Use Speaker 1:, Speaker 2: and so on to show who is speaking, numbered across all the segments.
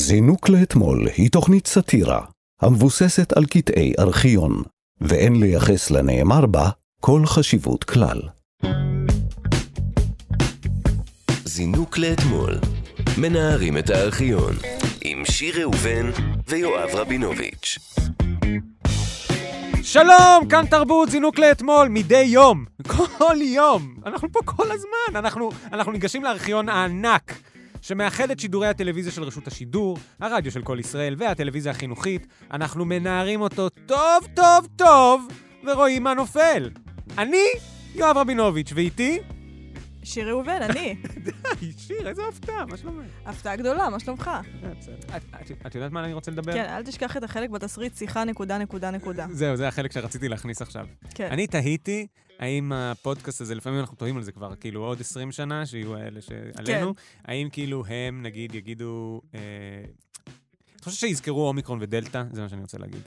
Speaker 1: זינוק לאתמול היא תוכנית סאטירה המבוססת על קטעי ארכיון, ואין לייחס לנאמר בה כל חשיבות כלל.
Speaker 2: זינוק לאתמול, מנערים את הארכיון, עם שיר ראובן ויואב רבינוביץ'.
Speaker 3: שלום, כאן תרבות, זינוק לאתמול, מדי יום. כל יום. אנחנו פה כל הזמן. אנחנו, אנחנו ניגשים לארכיון הענק. שמאחד את שידורי הטלוויזיה של רשות השידור, הרדיו של כל ישראל והטלוויזיה החינוכית, אנחנו מנערים אותו טוב טוב טוב ורואים מה נופל. אני יואב רבינוביץ', ואיתי?
Speaker 4: שיר ראובן, אני.
Speaker 3: די, שיר, איזה הפתעה, מה שלומך?
Speaker 4: הפתעה גדולה, מה שלומך?
Speaker 3: אה, בסדר. את- את- את יודעת מה אני רוצה לדבר?
Speaker 4: כן, אל תשכח את החלק בתסריט שיחה נקודה נקודה נקודה.
Speaker 3: זהו, זה החלק שרציתי להכניס עכשיו.
Speaker 4: כן.
Speaker 3: אני תהיתי האם הפודקאסט הזה, לפעמים אנחנו תוהים על זה כבר, כאילו עוד 20 שנה, שיהיו אלה שעלינו,
Speaker 4: כן.
Speaker 3: האם כאילו הם, נגיד, יגידו... אה, אני חושב שיזכרו אומיקרון ודלתא, זה מה שאני רוצה להגיד.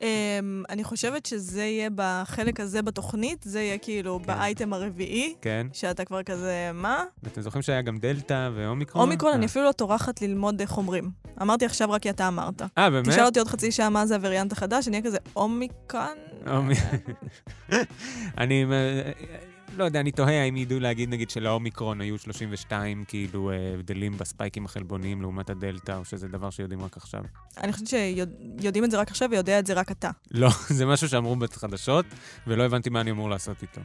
Speaker 4: אמ, אני חושבת שזה יהיה בחלק הזה בתוכנית, זה יהיה כאילו באייטם הרביעי,
Speaker 3: כן?
Speaker 4: שאתה כבר כזה, מה?
Speaker 3: ואתם זוכרים שהיה גם דלתא ואומיקרון?
Speaker 4: אומיקרון, אני
Speaker 3: אה.
Speaker 4: אפילו לא טורחת ללמוד אה, חומרים. אמרתי עכשיו רק כי אתה אמרת.
Speaker 3: אה, באמת?
Speaker 4: תשאל אותי עוד חצי שעה מה זה הווריאנט החדש, אני אהיה כזה אומיקרון?
Speaker 3: אומי- אני אה, לא יודע, אני תוהה האם ידעו להגיד, נגיד, שלאומיקרון היו 32 כאילו אה, הבדלים בספייקים החלבוניים לעומת הדלתא, או שזה דבר שיודעים רק עכשיו.
Speaker 4: אני חושבת שיודעים את זה רק עכשיו ויודע את זה רק אתה.
Speaker 3: לא, זה משהו שאמרו בחדשות, ולא הבנתי מה אני אמור לעשות איתו.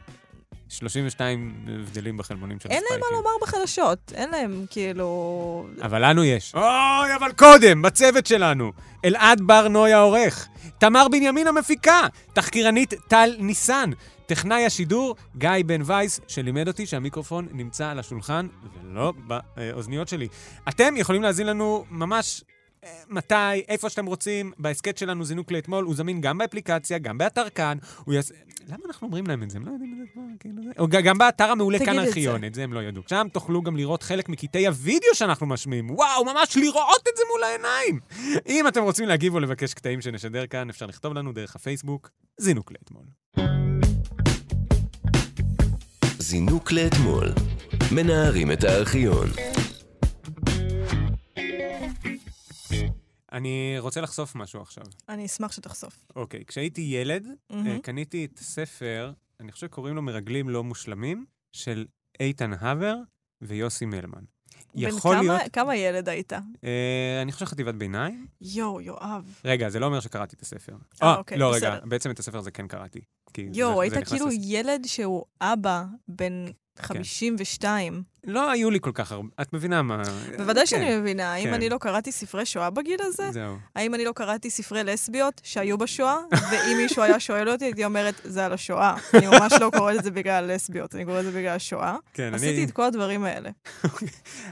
Speaker 3: 32 הבדלים בחלבונים של
Speaker 4: אין
Speaker 3: הספייקים.
Speaker 4: להם מה לומר בחדשות, אין להם כאילו...
Speaker 3: אבל לנו יש. אוי, אבל קודם, בצוות שלנו. אלעד בר נוי העורך. תמר בנימין המפיקה. תחקירנית טל ניסן. טכנאי השידור, גיא בן וייס, שלימד אותי שהמיקרופון נמצא על השולחן ולא באוזניות שלי. אתם יכולים להזין לנו ממש אה, מתי, איפה שאתם רוצים, בהסכת שלנו זינוק לאתמול, הוא זמין גם באפליקציה, גם באתר כאן. הוא יעשה... למה אנחנו אומרים להם את זה? הם לא יודעים את זה כבר, כאילו זה. או ג- גם באתר המעולה
Speaker 4: תגיד
Speaker 3: כאן
Speaker 4: את זה.
Speaker 3: ארכיון, את זה הם לא ידעו. שם תוכלו גם לראות חלק מקטעי הוידאו שאנחנו משמיעים. וואו, ממש לראות את זה מול העיניים. אם אתם רוצים להגיב או לבקש קטעים שנשדר כאן, אפשר לכתוב לנו דרך הפייסבוק, זינוק לאתמול.
Speaker 2: זינוק לאתמול, מנערים את הארכיון.
Speaker 3: אני רוצה לחשוף משהו עכשיו.
Speaker 4: אני אשמח שתחשוף.
Speaker 3: אוקיי, כשהייתי ילד,
Speaker 4: מהמם.
Speaker 3: אה, קניתי את ספר, אני חושב שקוראים לו מרגלים לא מושלמים, של איתן הבר ויוסי מלמן. יכול
Speaker 4: בן כמה,
Speaker 3: להיות,
Speaker 4: כמה ילד היית?
Speaker 3: אה, אני חושב חטיבת ביניים.
Speaker 4: יואו, יואב.
Speaker 3: רגע, זה לא אומר שקראתי את הספר.
Speaker 4: אה,
Speaker 3: אה,
Speaker 4: אוקיי,
Speaker 3: לא, רגע,
Speaker 4: בסדר.
Speaker 3: בעצם את הספר הזה כן קראתי. כי זה-
Speaker 4: יואו,
Speaker 3: זה כן.
Speaker 4: היית
Speaker 3: נכנס
Speaker 4: כאילו
Speaker 3: לס-
Speaker 4: ילד שהוא אבא בן 52.
Speaker 3: לא היו לי כל כך הרבה, את מבינה מה...
Speaker 4: בוודאי
Speaker 3: כן,
Speaker 4: שאני מבינה. האם
Speaker 3: כן.
Speaker 4: אני לא קראתי ספרי שואה בגיל הזה?
Speaker 3: זהו.
Speaker 4: האם אני לא קראתי ספרי לסביות שהיו בשואה? ואם מישהו היה שואל אותי, הייתי אומרת, זה על השואה. אני ממש לא קוראת את זה בגלל הלסביות, אני קוראת את זה בגלל השואה.
Speaker 3: כן,
Speaker 4: עשיתי
Speaker 3: אני... כן.
Speaker 4: את כל הדברים האלה.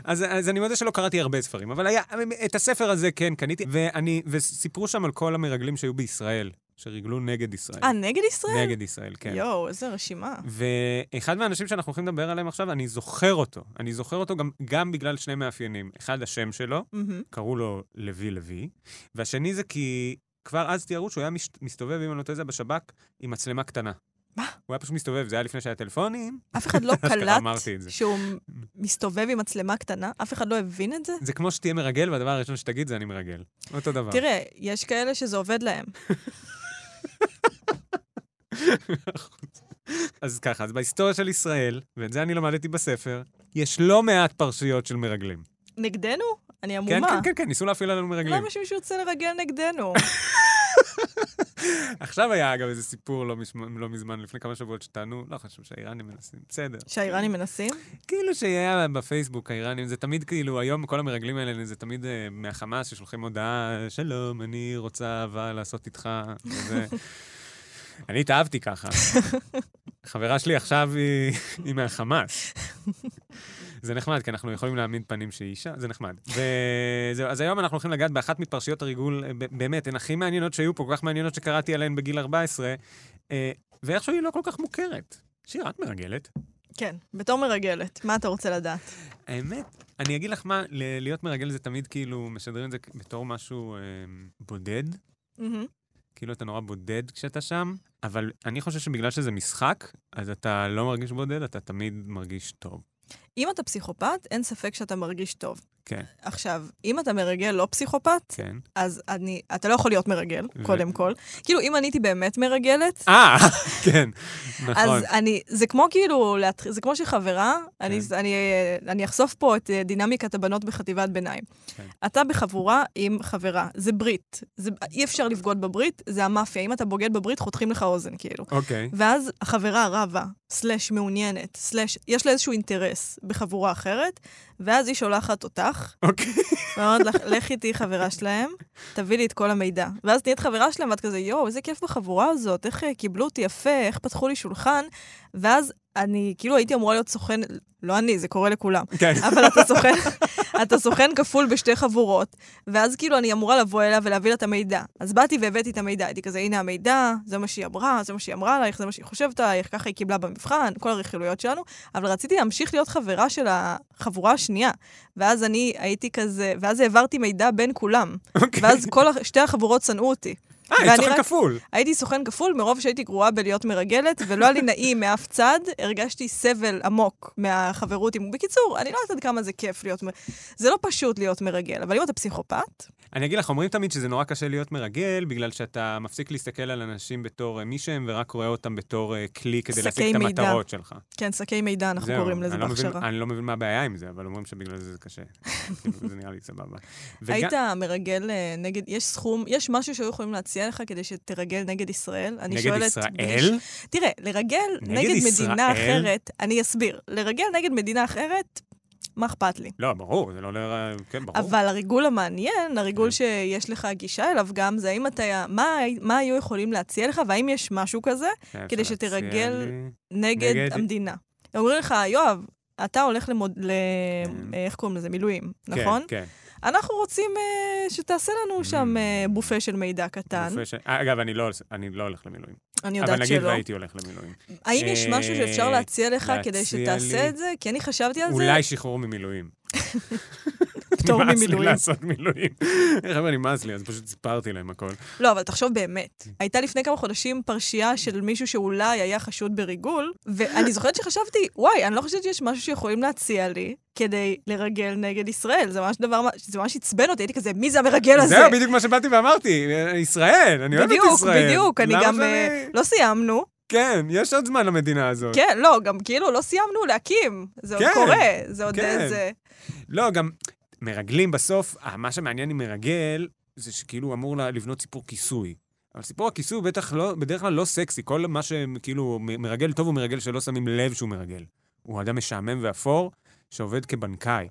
Speaker 3: אז, אז אני מודה שלא קראתי הרבה ספרים, אבל היה, את הספר הזה כן קניתי, ואני, וסיפרו שם על כל המרגלים שהיו בישראל, שריגלו נגד ישראל.
Speaker 4: אה, נגד ישראל?
Speaker 3: נגד ישראל, כן.
Speaker 4: יואו, איזה רשימה.
Speaker 3: ואחד מהאנשים שאנחנו הולכים לדבר עליהם עכשיו, אני זוכר אותו. אני זוכר אותו גם, גם בגלל שני מאפיינים. אחד, השם שלו,
Speaker 4: מהמם.
Speaker 3: קראו לו לוי לוי, והשני זה כי כבר אז תיארו שהוא היה מש, מסתובב, אם אני לא טועה, זה היה בשב"כ, עם מצלמה קטנה.
Speaker 4: מה?
Speaker 3: הוא היה פשוט מסתובב, זה היה לפני שהיה טלפונים.
Speaker 4: אף אחד לא
Speaker 3: אשכרה
Speaker 4: קלט
Speaker 3: אמרתי את זה.
Speaker 4: שהוא מסתובב עם מצלמה קטנה? אף אחד לא הבין את זה?
Speaker 3: זה כמו שתהיה מרגל, והדבר הראשון שתגיד זה אני מרגל. אותו דבר.
Speaker 4: תראה, יש כאלה שזה עובד להם.
Speaker 3: אז ככה, אז בהיסטוריה של ישראל, ואת זה אני למדתי בספר, יש לא מעט פרשיות של מרגלים.
Speaker 4: נגדנו? אני
Speaker 3: כן,
Speaker 4: המומה.
Speaker 3: כן, כן, כן, ניסו להפעיל עלינו מרגלים.
Speaker 4: למה שמישהו ירצה לרגל נגדנו?
Speaker 3: עכשיו היה, אגב, איזה סיפור לא, מש... לא מזמן, לפני כמה שבועות שטענו, לא חשוב שהאיראנים מנסים, בסדר.
Speaker 4: שהאיראנים מנסים?
Speaker 3: כאילו שהיה בפייסבוק האיראנים, זה תמיד כאילו, היום כל המרגלים האלה זה תמיד אה, מהחמאס ששולחים הודעה, שלום, אני רוצה אהבה לעשות איתך, וזה... אני התאהבתי ככה. חברה שלי עכשיו היא, היא מהחמאס. זה נחמד, כי אנחנו יכולים להעמיד פנים שהיא אישה, זה נחמד. וזהו, אז היום אנחנו הולכים לגעת באחת מפרשיות הריגול, אה, ב- באמת, הן הכי מעניינות שהיו פה, כל כך מעניינות שקראתי עליהן בגיל 14, אה, ואיכשהו היא לא כל כך מוכרת. שיר, את מרגלת.
Speaker 4: כן, בתור מרגלת. מה אתה רוצה לדעת?
Speaker 3: האמת, אני אגיד לך מה, ל- להיות מרגל זה תמיד כאילו, משדרים את זה בתור משהו אה, בודד,
Speaker 4: מהמם.
Speaker 3: כאילו אתה נורא בודד כשאתה שם, אבל אני חושב שבגלל שזה משחק, אז אתה לא מרגיש בודד, אתה תמיד מרגיש טוב.
Speaker 4: אם אתה פסיכופת, אין ספק שאתה מרגיש טוב.
Speaker 3: כן,
Speaker 4: עכשיו, אם אתה מרגל לא פסיכופת,
Speaker 3: כן.
Speaker 4: אז אני, אתה לא יכול להיות מרגל,
Speaker 3: ו-
Speaker 4: קודם כל. כאילו, אם אני הייתי באמת מרגלת,
Speaker 3: אה, כן, נכון.
Speaker 4: אז אני, זה כמו כאילו, להתח- זה כמו שחברה, אני,
Speaker 3: כן.
Speaker 4: אני, אני אחשוף פה את אה, דינמיקת הבנות בחטיבת ביניים.
Speaker 3: כן.
Speaker 4: אתה בחבורה עם חברה, זה ברית. זה, אי אפשר לבגוד בברית, זה המאפיה. אם אתה בוגד בברית, חותכים לך אוזן, כאילו.
Speaker 3: אוקיי,
Speaker 4: ואז החברה רבה, סלאש מעוניינת, סלאש, יש לה איזשהו אינטרס בחבורה אחרת, ואז היא שולחת אותך,
Speaker 3: אוקיי.
Speaker 4: ואומרת לך, לך איתי חברה שלהם, תביא לי את כל המידע. ואז נהיית חברה שלהם, ואת כזה, יואו, איזה כיף בחבורה הזאת, איך אה, קיבלו אותי יפה, איך פתחו לי שולחן, ואז אני, כאילו הייתי אמורה להיות סוכן, לא אני, זה קורה לכולם.
Speaker 3: כן.
Speaker 4: אבל אתה סוכן, אתה סוכן כפול בשתי חבורות, ואז כאילו אני אמורה לבוא אליה ולהביא לה את המידע. אז באתי והבאתי את המידע, הייתי כזה, הנה המידע, זה מה שהיא אמרה, זה מה שהיא אמרה עלייך, זה מה שהיא חושבת עלייך, ככה היא קיבלה במבחן, כל הרכילויות שלנו, אבל רציתי להמשיך להיות חברה של החבורה השנייה. ואז אני הייתי כזה, ואז העברתי מידע בין כולם.
Speaker 3: אוקיי.
Speaker 4: ואז כל, הח- שתי החבורות שנאו אותי.
Speaker 3: אה,
Speaker 4: ואני
Speaker 3: היא
Speaker 4: רק-
Speaker 3: צוחק כפול.
Speaker 4: הייתי סוכן כפול מרוב שהייתי גרועה בלהיות מרגלת, ולא היה לי נעים מאף צד, הרגשתי סבל עמוק מהחברות עם... בקיצור, אני לא יודעת עד כמה זה כיף להיות... מ- זה לא פשוט להיות מרגל, אבל אם אתה פסיכופת,
Speaker 3: אני אגיד לך, אומרים תמיד שזה נורא קשה להיות מרגל, בגלל שאתה מפסיק להסתכל על אנשים בתור אה, מי שהם, ורק רואה אותם בתור אה, כלי כדי
Speaker 4: שקי
Speaker 3: להשיג את
Speaker 4: מידע.
Speaker 3: המטרות שלך.
Speaker 4: כן, שקי מידע, אנחנו
Speaker 3: זהו,
Speaker 4: קוראים לזה
Speaker 3: אני לא מבין-
Speaker 4: בהכשרה.
Speaker 3: אני לא מבין מה הבעיה עם זה, אבל אומרים שבגלל זה זה קשה. כאילו, זה נראה לי סבבה. וגם-
Speaker 4: היית מרגל אה, נגד, יש סכום, יש משהו שהיו יכולים להציע לך כדי שתרגל נגד ישראל? אני
Speaker 3: נגד
Speaker 4: שואלת,
Speaker 3: ישראל?
Speaker 4: תראה, לרגל
Speaker 3: נגד
Speaker 4: נגד, מדינה
Speaker 3: ישראל?
Speaker 4: אחרת, אני אסביר, לרגל נגד מדינה אחרת, מה אכפת לי?
Speaker 3: לא, ברור, זה לא נראה... כן, ברור.
Speaker 4: אבל הריגול המעניין, הריגול
Speaker 3: כן.
Speaker 4: שיש לך גישה אליו גם, זה האם אתה, מה, מה היו יכולים להציע לך, והאם יש משהו כזה
Speaker 3: כן,
Speaker 4: כדי
Speaker 3: אפשר להציע
Speaker 4: שתרגל-
Speaker 3: לי-
Speaker 4: נגד,
Speaker 3: נגד-
Speaker 4: נגד... המדינה. אומרים לך, יואב, אתה הולך למוד... ל... אה,
Speaker 3: כן.
Speaker 4: איך קוראים לזה? מילואים,
Speaker 3: כן, Mm.
Speaker 4: נכון?
Speaker 3: כן.
Speaker 4: אנחנו רוצים אה, שתעשה לנו שם אה, בופה של מידע קטן.
Speaker 3: גופי ש- אגב, אני לא- אני לא הולך למילואים.
Speaker 4: אני
Speaker 3: אבל
Speaker 4: יודעת
Speaker 3: נגיד
Speaker 4: שלא.
Speaker 3: והייתי הולך למילואים.
Speaker 4: האם יש משהו שאפשר
Speaker 3: אה,
Speaker 4: להציע לך כדי
Speaker 3: להציע
Speaker 4: שתעשה
Speaker 3: לי-
Speaker 4: את זה? כי אני חשבתי על זה.
Speaker 3: אולי שחרור ממילואים.
Speaker 4: פטור
Speaker 3: נמאס לי
Speaker 4: ממילואים.
Speaker 3: לעשות מילואים. חבר'ה, נמאס לי, אז פשוט סיפרתי להם הכל.
Speaker 4: לא, אבל תחשוב באמת.
Speaker 3: Mm.
Speaker 4: הייתה לפני כמה חודשים פרשייה של מישהו שאולי היה חשוד בריגול, ואני זוכרת שחשבתי, וואי, אני לא חושבת שיש משהו שיכולים להציע לי כדי לרגל נגד ישראל. זה ממש דבר, זה ממש עצבן אותי, הייתי כזה, מי זה המרגל הזה?
Speaker 3: זהו, בדיוק מה שבאתי ואמרתי, אה, ישראל, אני אוהב את
Speaker 4: בדיוק,
Speaker 3: ישראל.
Speaker 4: בדיוק, אני
Speaker 3: למה
Speaker 4: גם...
Speaker 3: שאני-
Speaker 4: אה, לא סיימנו.
Speaker 3: כן, יש עוד זמן למדינה הזאת.
Speaker 4: כן, לא, גם כאילו לא סיימנו להקים. זה עוד
Speaker 3: כן,
Speaker 4: קורה, זה עוד
Speaker 3: כן.
Speaker 4: איזה...
Speaker 3: לא, גם מרגלים בסוף, אה, מה שמעניין עם מרגל, זה שכאילו הוא אמור ל- לבנות סיפור כיסוי. אבל סיפור הכיסוי הוא בטח לא, בדרך כלל לא סקסי. כל מה שכאילו מ- מרגל טוב הוא מרגל שלא שמים לב שהוא מרגל. הוא אדם משעמם ואפור שעובד כבנקאי.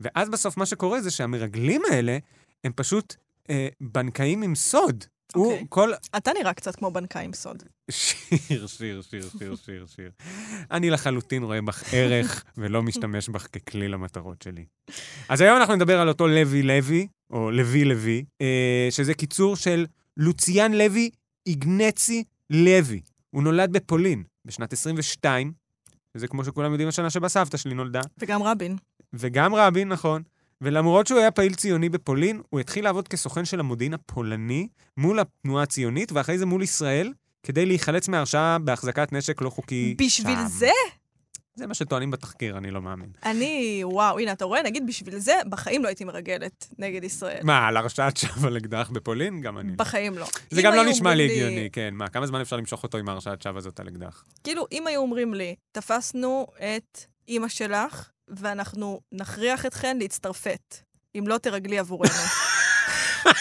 Speaker 3: ואז בסוף מה שקורה זה שהמרגלים האלה הם פשוט אה, בנקאים עם סוד. הוא
Speaker 4: אוקיי.
Speaker 3: כל...
Speaker 4: אתה נראה קצת כמו בנקאי עם סוד.
Speaker 3: שיר, שיר, שיר, שיר, שיר, שיר. אני לחלוטין רואה בך ערך ולא משתמש בך ככלי למטרות שלי. אז היום אנחנו נדבר על אותו לוי לוי, או לוי לוי, אה, שזה קיצור של לוציאן לוי איגנצי לוי. הוא נולד בפולין בשנת 22, וזה כמו שכולם יודעים השנה שבה סבתא שלי נולדה,
Speaker 4: וגם רבין.
Speaker 3: וגם רבין, נכון. ולמרות שהוא היה פעיל ציוני בפולין, הוא התחיל לעבוד כסוכן של המודיעין הפולני מול התנועה הציונית, ואחרי זה מול ישראל, כדי להיחלץ מהרשעה בהחזקת נשק לא חוקי
Speaker 4: בשביל
Speaker 3: שם.
Speaker 4: זה
Speaker 3: זה מה שטוענים בתחקיר, אני לא מאמין.
Speaker 4: אני, וואו, הנה, אתה רואה? נגיד, בשביל זה בחיים לא הייתי מרגלת נגד ישראל.
Speaker 3: מה, על הרשעת שווא על אקדח בפולין? גם אני.
Speaker 4: בחיים לא.
Speaker 3: זה
Speaker 4: אם
Speaker 3: גם לא
Speaker 4: היו
Speaker 3: נשמע לי
Speaker 4: אומרים
Speaker 3: הגיוני, כן. מה, כמה זמן אפשר למשוך אותו עם ההרשעת שווא הזאת על אקדח?
Speaker 4: כאילו, אם היו אומרים לי, תפסנו את אימא שלך, ואנחנו נכריח אתכן להצטרפת, אם לא תרגלי עבורנו.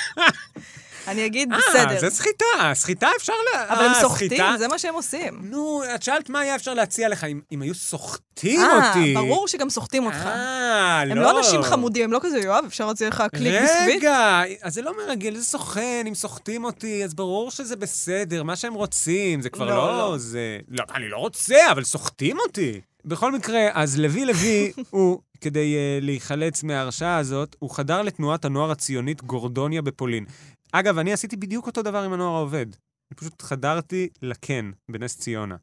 Speaker 4: אני אגיד,
Speaker 3: אה,
Speaker 4: בסדר.
Speaker 3: זה סחיטה, סחיטה אפשר ל...
Speaker 4: אבל הם
Speaker 3: אה,
Speaker 4: סוחטים,
Speaker 3: סחיטה?
Speaker 4: זה מה שהם עושים.
Speaker 3: נו, את שאלת מה היה אפשר להציע לך אם- אם היו סוחטים
Speaker 4: אה,
Speaker 3: אותי.
Speaker 4: ברור שגם סוחטים אותך.
Speaker 3: אה, לא.
Speaker 4: הם לא אנשים חמודים, הם לא כזה, יואב, אפשר להוציא לך קליק ביסקוויט?
Speaker 3: רגע, אז זה לא מרגל, זה סוכן, אם סוחטים אותי, אז ברור שזה בסדר, מה שהם רוצים, זה כבר
Speaker 4: לא,
Speaker 3: לא,
Speaker 4: לא.
Speaker 3: זה... לא, אני לא רוצה, אבל סוחטים אותי. בכל מקרה, אז לוי לוי, הוא, כדי uh, להיחלץ מההרשעה הזאת, הוא חדר לתנועת הנוער הציונית גורדוניה בפולין. אגב, אני עשיתי בדיוק אותו דבר עם הנוער העובד. אני פשוט חדרתי לקן בנס ציונה.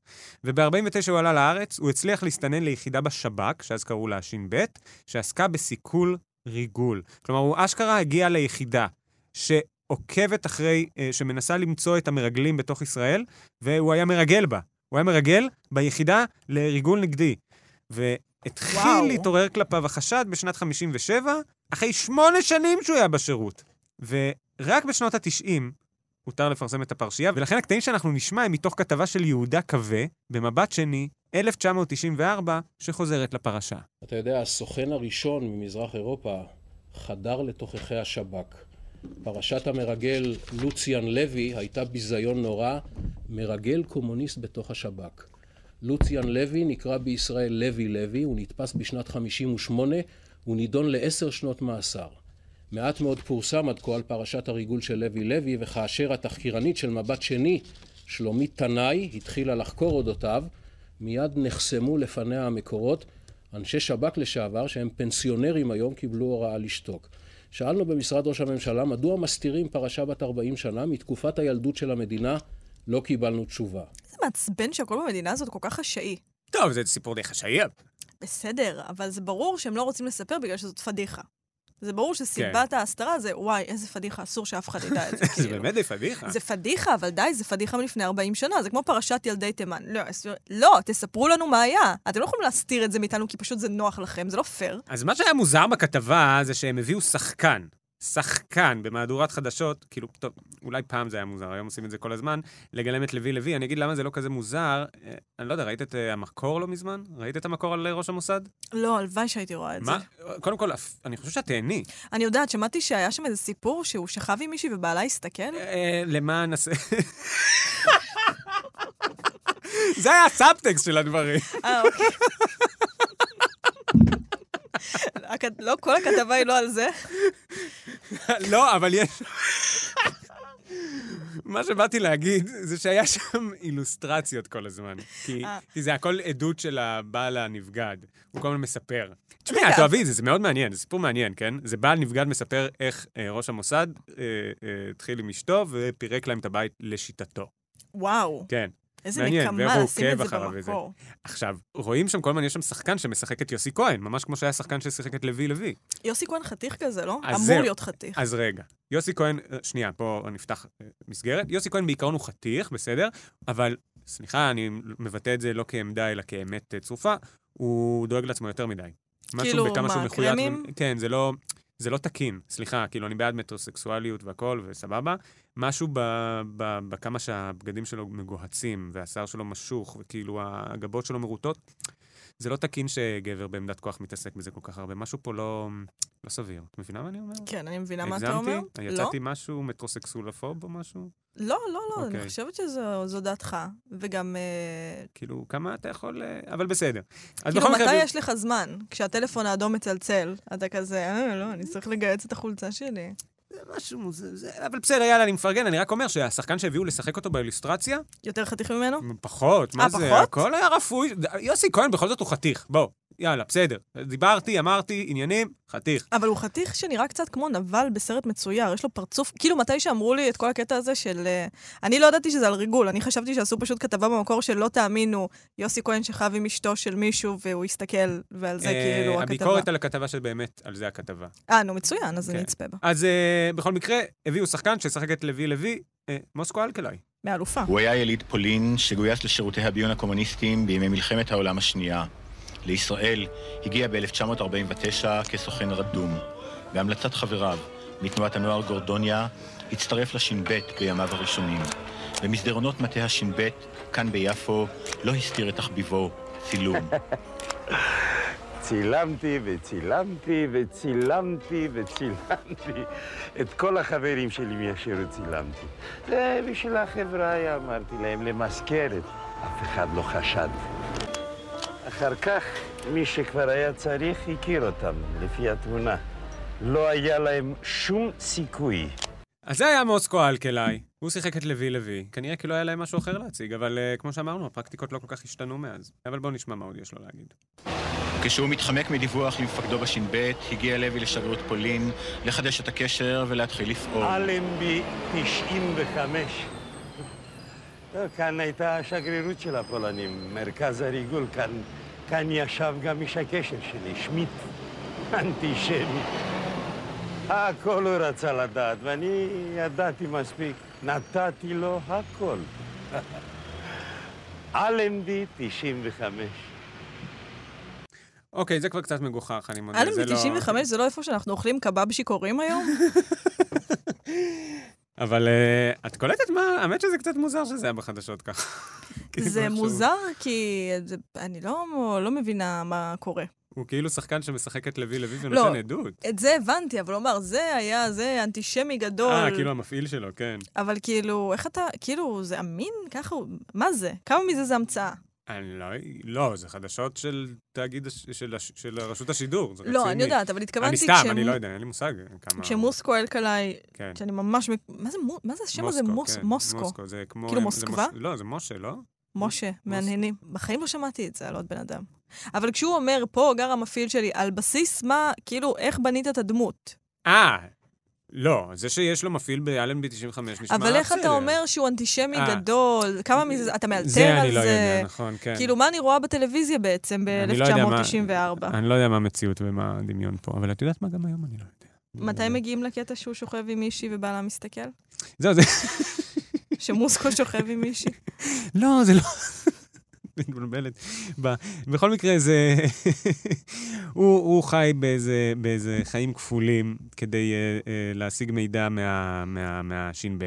Speaker 3: וב-49 הוא עלה לארץ, הוא הצליח להסתנן ליחידה בשב"כ, שאז קראו לה ש"ב, שעסקה בסיכול ריגול. כלומר, הוא אשכרה הגיע ליחידה שעוקבת אחרי, אה, שמנסה למצוא את המרגלים בתוך ישראל, והוא היה מרגל בה. הוא היה מרגל ביחידה לריגול נגדי. התחיל
Speaker 4: וואו.
Speaker 3: להתעורר כלפיו החשד בשנת 57, אחרי שמונה שנים שהוא היה בשירות. ורק בשנות ה-90 הותר לפרסם את הפרשייה, ולכן הקטעים שאנחנו נשמע הם מתוך כתבה של יהודה קווה, במבט שני, 1994, שחוזרת לפרשה.
Speaker 5: אתה יודע, הסוכן הראשון ממזרח אירופה חדר לתוככי השב"כ. פרשת המרגל לוציאן לוי הייתה ביזיון נורא, מרגל קומוניסט בתוך השב"כ. לוציאן לוי נקרא בישראל לוי לוי, הוא נתפס בשנת 58, הוא נידון לעשר שנות מאסר. מעט מאוד פורסם עד כה על פרשת הריגול של לוי לוי, וכאשר התחקירנית של מבט שני, שלומית תנאי, התחילה לחקור אודותיו, מיד נחסמו לפניה המקורות. אנשי שב"כ לשעבר, שהם פנסיונרים היום, קיבלו הוראה לשתוק. שאלנו במשרד ראש הממשלה, מדוע מסתירים פרשה בת 40 שנה מתקופת הילדות של המדינה? לא קיבלנו תשובה.
Speaker 4: זה מעצבן שהכל במדינה הזאת כל כך חשאי.
Speaker 3: טוב, זה סיפור די חשאי.
Speaker 4: בסדר, אבל זה ברור שהם לא רוצים לספר בגלל שזאת פדיחה. זה ברור
Speaker 3: כן.
Speaker 4: שסיבת ההסתרה זה, וואי, איזה פדיחה, אסור שאף אחד ידע את זה.
Speaker 3: זה
Speaker 4: כאילו.
Speaker 3: באמת די פדיחה.
Speaker 4: זה פדיחה, אבל די, זה פדיחה מלפני 40 שנה, זה כמו פרשת ילדי תימן. לא, אז- לא, תספרו לנו מה היה. אתם לא יכולים להסתיר את זה מאיתנו כי פשוט זה נוח לכם, זה לא פייר.
Speaker 3: אז מה שהיה מוזר בכתבה זה שהם הביאו שחקן. שחקן במהדורת חדשות, כאילו, טוב, אולי פעם זה היה מוזר, היום עושים את זה כל הזמן, לגלם את לוי לוי. אני אגיד למה זה לא כזה מוזר. אה, אני לא יודע, ראית את אה, המקור לא מזמן? ראית את המקור על אה, ראש המוסד?
Speaker 4: לא, הלוואי שהייתי רואה את זה.
Speaker 3: מה? קודם כל, אפ- אני חושב שאת תהני.
Speaker 4: אני יודעת, שמעתי שהיה שם איזה סיפור שהוא שכב עם מישהי ובעלה הסתכן.
Speaker 3: אה, למען הס... זה היה הסאבטקסט של הדברים.
Speaker 4: אה, אוקיי.
Speaker 3: כן.
Speaker 4: הכת- לא, כל הכתבה היא לא על זה.
Speaker 3: לא, אבל יש... מה שבאתי להגיד זה שהיה שם אילוסטרציות כל הזמן. כי,
Speaker 4: אה.
Speaker 3: כי זה הכל עדות של הבעל הנבגד. הוא כל הזמן מספר. תשמעי,
Speaker 4: רגע.
Speaker 3: את תאהבי את זה, זה מאוד מעניין, זה סיפור מעניין, כן? זה בעל נבגד מספר איך אה, ראש המוסד אה, אה, התחיל עם אשתו ופירק להם את הבית לשיטתו.
Speaker 4: וואו,
Speaker 3: כן.
Speaker 4: איזה
Speaker 3: מעניין, ואיך
Speaker 4: נקמה
Speaker 3: הוא
Speaker 4: לשים את
Speaker 3: עוקב
Speaker 4: זה
Speaker 3: אחריו וזה.
Speaker 4: במקור.
Speaker 3: עכשיו, רואים שם כל הזמן, יש שם שחקן שמשחק את יוסי כהן, ממש כמו שהיה שחקן ששיחק את לוי לוי.
Speaker 4: יוסי כהן חתיך כזה, לא?
Speaker 3: אז
Speaker 4: אמור
Speaker 3: זהו.
Speaker 4: להיות חתיך.
Speaker 3: אז רגע, יוסי כהן, אה, שנייה, פה נפתח אה, מסגרת. יוסי כהן בעיקרון הוא חתיך, בסדר? אבל, סליחה, אני מבטא את זה לא כעמדה, אלא כאמת אה, צרופה, הוא דואג לעצמו יותר מדי. משהו
Speaker 4: כאילו,
Speaker 3: בכמה
Speaker 4: מה,
Speaker 3: שהוא מחויב-
Speaker 4: קרמים?
Speaker 3: כן, זה לא, זה לא תקין. סליחה, כאילו, אני בעד מטרוסקסואליות והכול, וסבבה. משהו ב, ב, בכמה שהבגדים שלו מגוהצים, והשיער שלו משוך, וכאילו הגבות שלו מרוטות. זה לא תקין שגבר בעמדת כוח מתעסק בזה כל כך הרבה. משהו פה לא, לא סביר. את מבינה מה אני אומר?
Speaker 4: כן, אני מבינה מה אתה אומר.
Speaker 3: הגזמתי?
Speaker 4: לא,
Speaker 3: יצאתי משהו מטרוסקסולופוב או משהו?
Speaker 4: לא, לא, לא, אני
Speaker 3: אוקיי.
Speaker 4: חושבת שזו זו דעתך. וגם, אה,
Speaker 3: כאילו, כמה אתה יכול... אה, אבל בסדר. אז
Speaker 4: כאילו,
Speaker 3: בכל מקרה...
Speaker 4: מתי יש לך זמן? כשהטלפון האדום מצלצל, אתה כזה, אה, לא, אני צריך לגייס את החולצה שלי.
Speaker 3: זה משהו מוזר, זה- אבל בסדר, יאללה, אני מפרגן. אני רק אומר שהשחקן שהביאו לשחק אותו באילוסטרציה,
Speaker 4: יותר חתיך ממנו?
Speaker 3: פחות, מה
Speaker 4: אה,
Speaker 3: זה?
Speaker 4: פחות?
Speaker 3: הכל היה רפוי. יוסי כהן בכל זאת הוא חתיך. בוא, יאללה, בסדר. דיברתי, אמרתי, עניינים, חתיך.
Speaker 4: אבל הוא חתיך שנראה קצת כמו נבל בסרט מצויר, יש לו פרצוף, כאילו מתי שאמרו לי את כל הקטע הזה של... אה, אני לא ידעתי שזה על ריגול, אני חשבתי שעשו פשוט כתבה במקור של לא תאמינו, יוסי כהן שכב עם אשתו של מישהו והוא הסתכל, ועל זה
Speaker 3: אה,
Speaker 4: כאילו הכתבה.
Speaker 3: הביקורת על הכתבה שבאמת, על זה הכתבה.
Speaker 4: אה, נו, מצוין, אז אני
Speaker 3: כן.
Speaker 4: אצפה בה.
Speaker 3: אז אה, בכל מקרה, הביאו שחקן ששחק את לוי לוי, אה, מוסקו אלקלעי.
Speaker 4: מאלופה.
Speaker 6: הוא היה יליד פולין שגויס לשירותי הביון הקומוניסטיים בימי מלחמת העולם השנייה. לישראל הגיע ב-1949 כסוכן רדום. בהמלצת חבריו מתנועת הנוער גורדוניה, הצטרף לש"ב בימיו הראשונים. במסדרונות מטה הש"ב, כאן ביפו, לא הסתיר את תחביבו, צילום.
Speaker 7: צילמתי וצילמתי וצילמתי וצילמתי את כל החברים שלי מאשר צילמתי. זה בשביל החברה היה, אמרתי להם, למזכרת. אף אחד לא חשד. אחר כך, מי שכבר היה צריך הכיר אותם, לפי התמונה. לא היה להם שום סיכוי.
Speaker 3: אז זה היה מוסקו אלקלעי, הוא שיחק את לוי לוי, כנראה כי לא היה להם משהו אחר להציג, אבל אה, כמו שאמרנו, הפרקטיקות לא כל כך השתנו מאז. אבל בואו נשמע מה עוד יש לו להגיד.
Speaker 6: כשהוא מתחמק מדיווח למפקדו בש"ב, הגיע לוי לשגרירות פולין לחדש את הקשר ולהתחיל לפעול.
Speaker 7: אלנבי 95. טוב, כאן הייתה השגרירות של הפולנים, מרכז הריגול, כאן, כאן ישב גם איש הקשר שלי, שמיט, אנטישמי. הכל הוא רצה לדעת, ואני ידעתי מספיק, נתתי לו הכל. אלנבי 95.
Speaker 3: אוקיי, זה כבר קצת מגוחך, אני מודה.
Speaker 4: אלם
Speaker 3: זה לא-
Speaker 4: מ-95 זה אה, לא איפה שאנחנו אוכלים קבב שיכורים היום?
Speaker 3: אבל אה, את קולטת מה? האמת שזה קצת מוזר שזה היה בחדשות ככה. כאילו,
Speaker 4: זה
Speaker 3: עכשיו,
Speaker 4: מוזר, כי זה- אני לא לא מבינה מה קורה.
Speaker 3: הוא כאילו שחקן שמשחק את לוי לוי
Speaker 4: לא.
Speaker 3: ונותן עדות.
Speaker 4: את זה הבנתי, אבל לומר, זה היה, זה אנטישמי גדול.
Speaker 3: אה, כאילו המפעיל שלו, כן.
Speaker 4: אבל כאילו, איך אתה, כאילו, זה אמין? ככה, הוא- מה זה? כמה מזה זה המצאה?
Speaker 3: אני לא... לא, זה חדשות של תאגיד... הש- של הש- של רשות השידור, זה רציני.
Speaker 4: לא, אני יודעת, אבל התכוונתי
Speaker 3: אני סתם, אני לא יודע, אין לי מושג כמה...
Speaker 4: כשמוסקו אלקלעי,
Speaker 3: כן.
Speaker 4: שאני ממש, מק- מה זה מו- מה זה השם הזה? מוס-
Speaker 3: כן,
Speaker 4: מוסקו.
Speaker 3: מוסקו, זה כמו...
Speaker 4: כאילו
Speaker 3: זה
Speaker 4: מוסקבה?
Speaker 3: מוס- לא, זה משה, לא?
Speaker 4: משה, מהנהנים. בחיים לא שמעתי את זה על עוד בן אדם. אבל כשהוא אומר, פה גר המפעיל שלי, על בסיס מה, כאילו, איך בנית את הדמות?
Speaker 3: אה, לא, זה שיש לו מפעיל באלנבי 95 נשמע
Speaker 4: אבל איך אתה
Speaker 3: בסדר.
Speaker 4: אומר שהוא אנטישמי
Speaker 3: אה.
Speaker 4: גדול? כמה מזה, אתה מאלתר על זה?
Speaker 3: זה אני לא יודע, נכון, כן.
Speaker 4: כאילו, מה אני רואה בטלוויזיה בעצם
Speaker 3: אני לא יודע מה-
Speaker 4: ב-1994?
Speaker 3: אני לא יודע מה המציאות ומה הדמיון פה, אבל את יודעת מה? גם היום אני לא יודע.
Speaker 4: מתי מגיעים לקטע שהוא שוכב עם מישהי ובעלה מסתכל?
Speaker 3: זהו, זה...
Speaker 4: שמוסקו שוכב עם מישהי?
Speaker 3: לא, זה לא... מתבלבלת. ב- בכל מקרה, זה... הוא, הוא חי באיזה, באיזה חיים כפולים כדי uh, uh, להשיג מידע מה, מה, מהש"ב.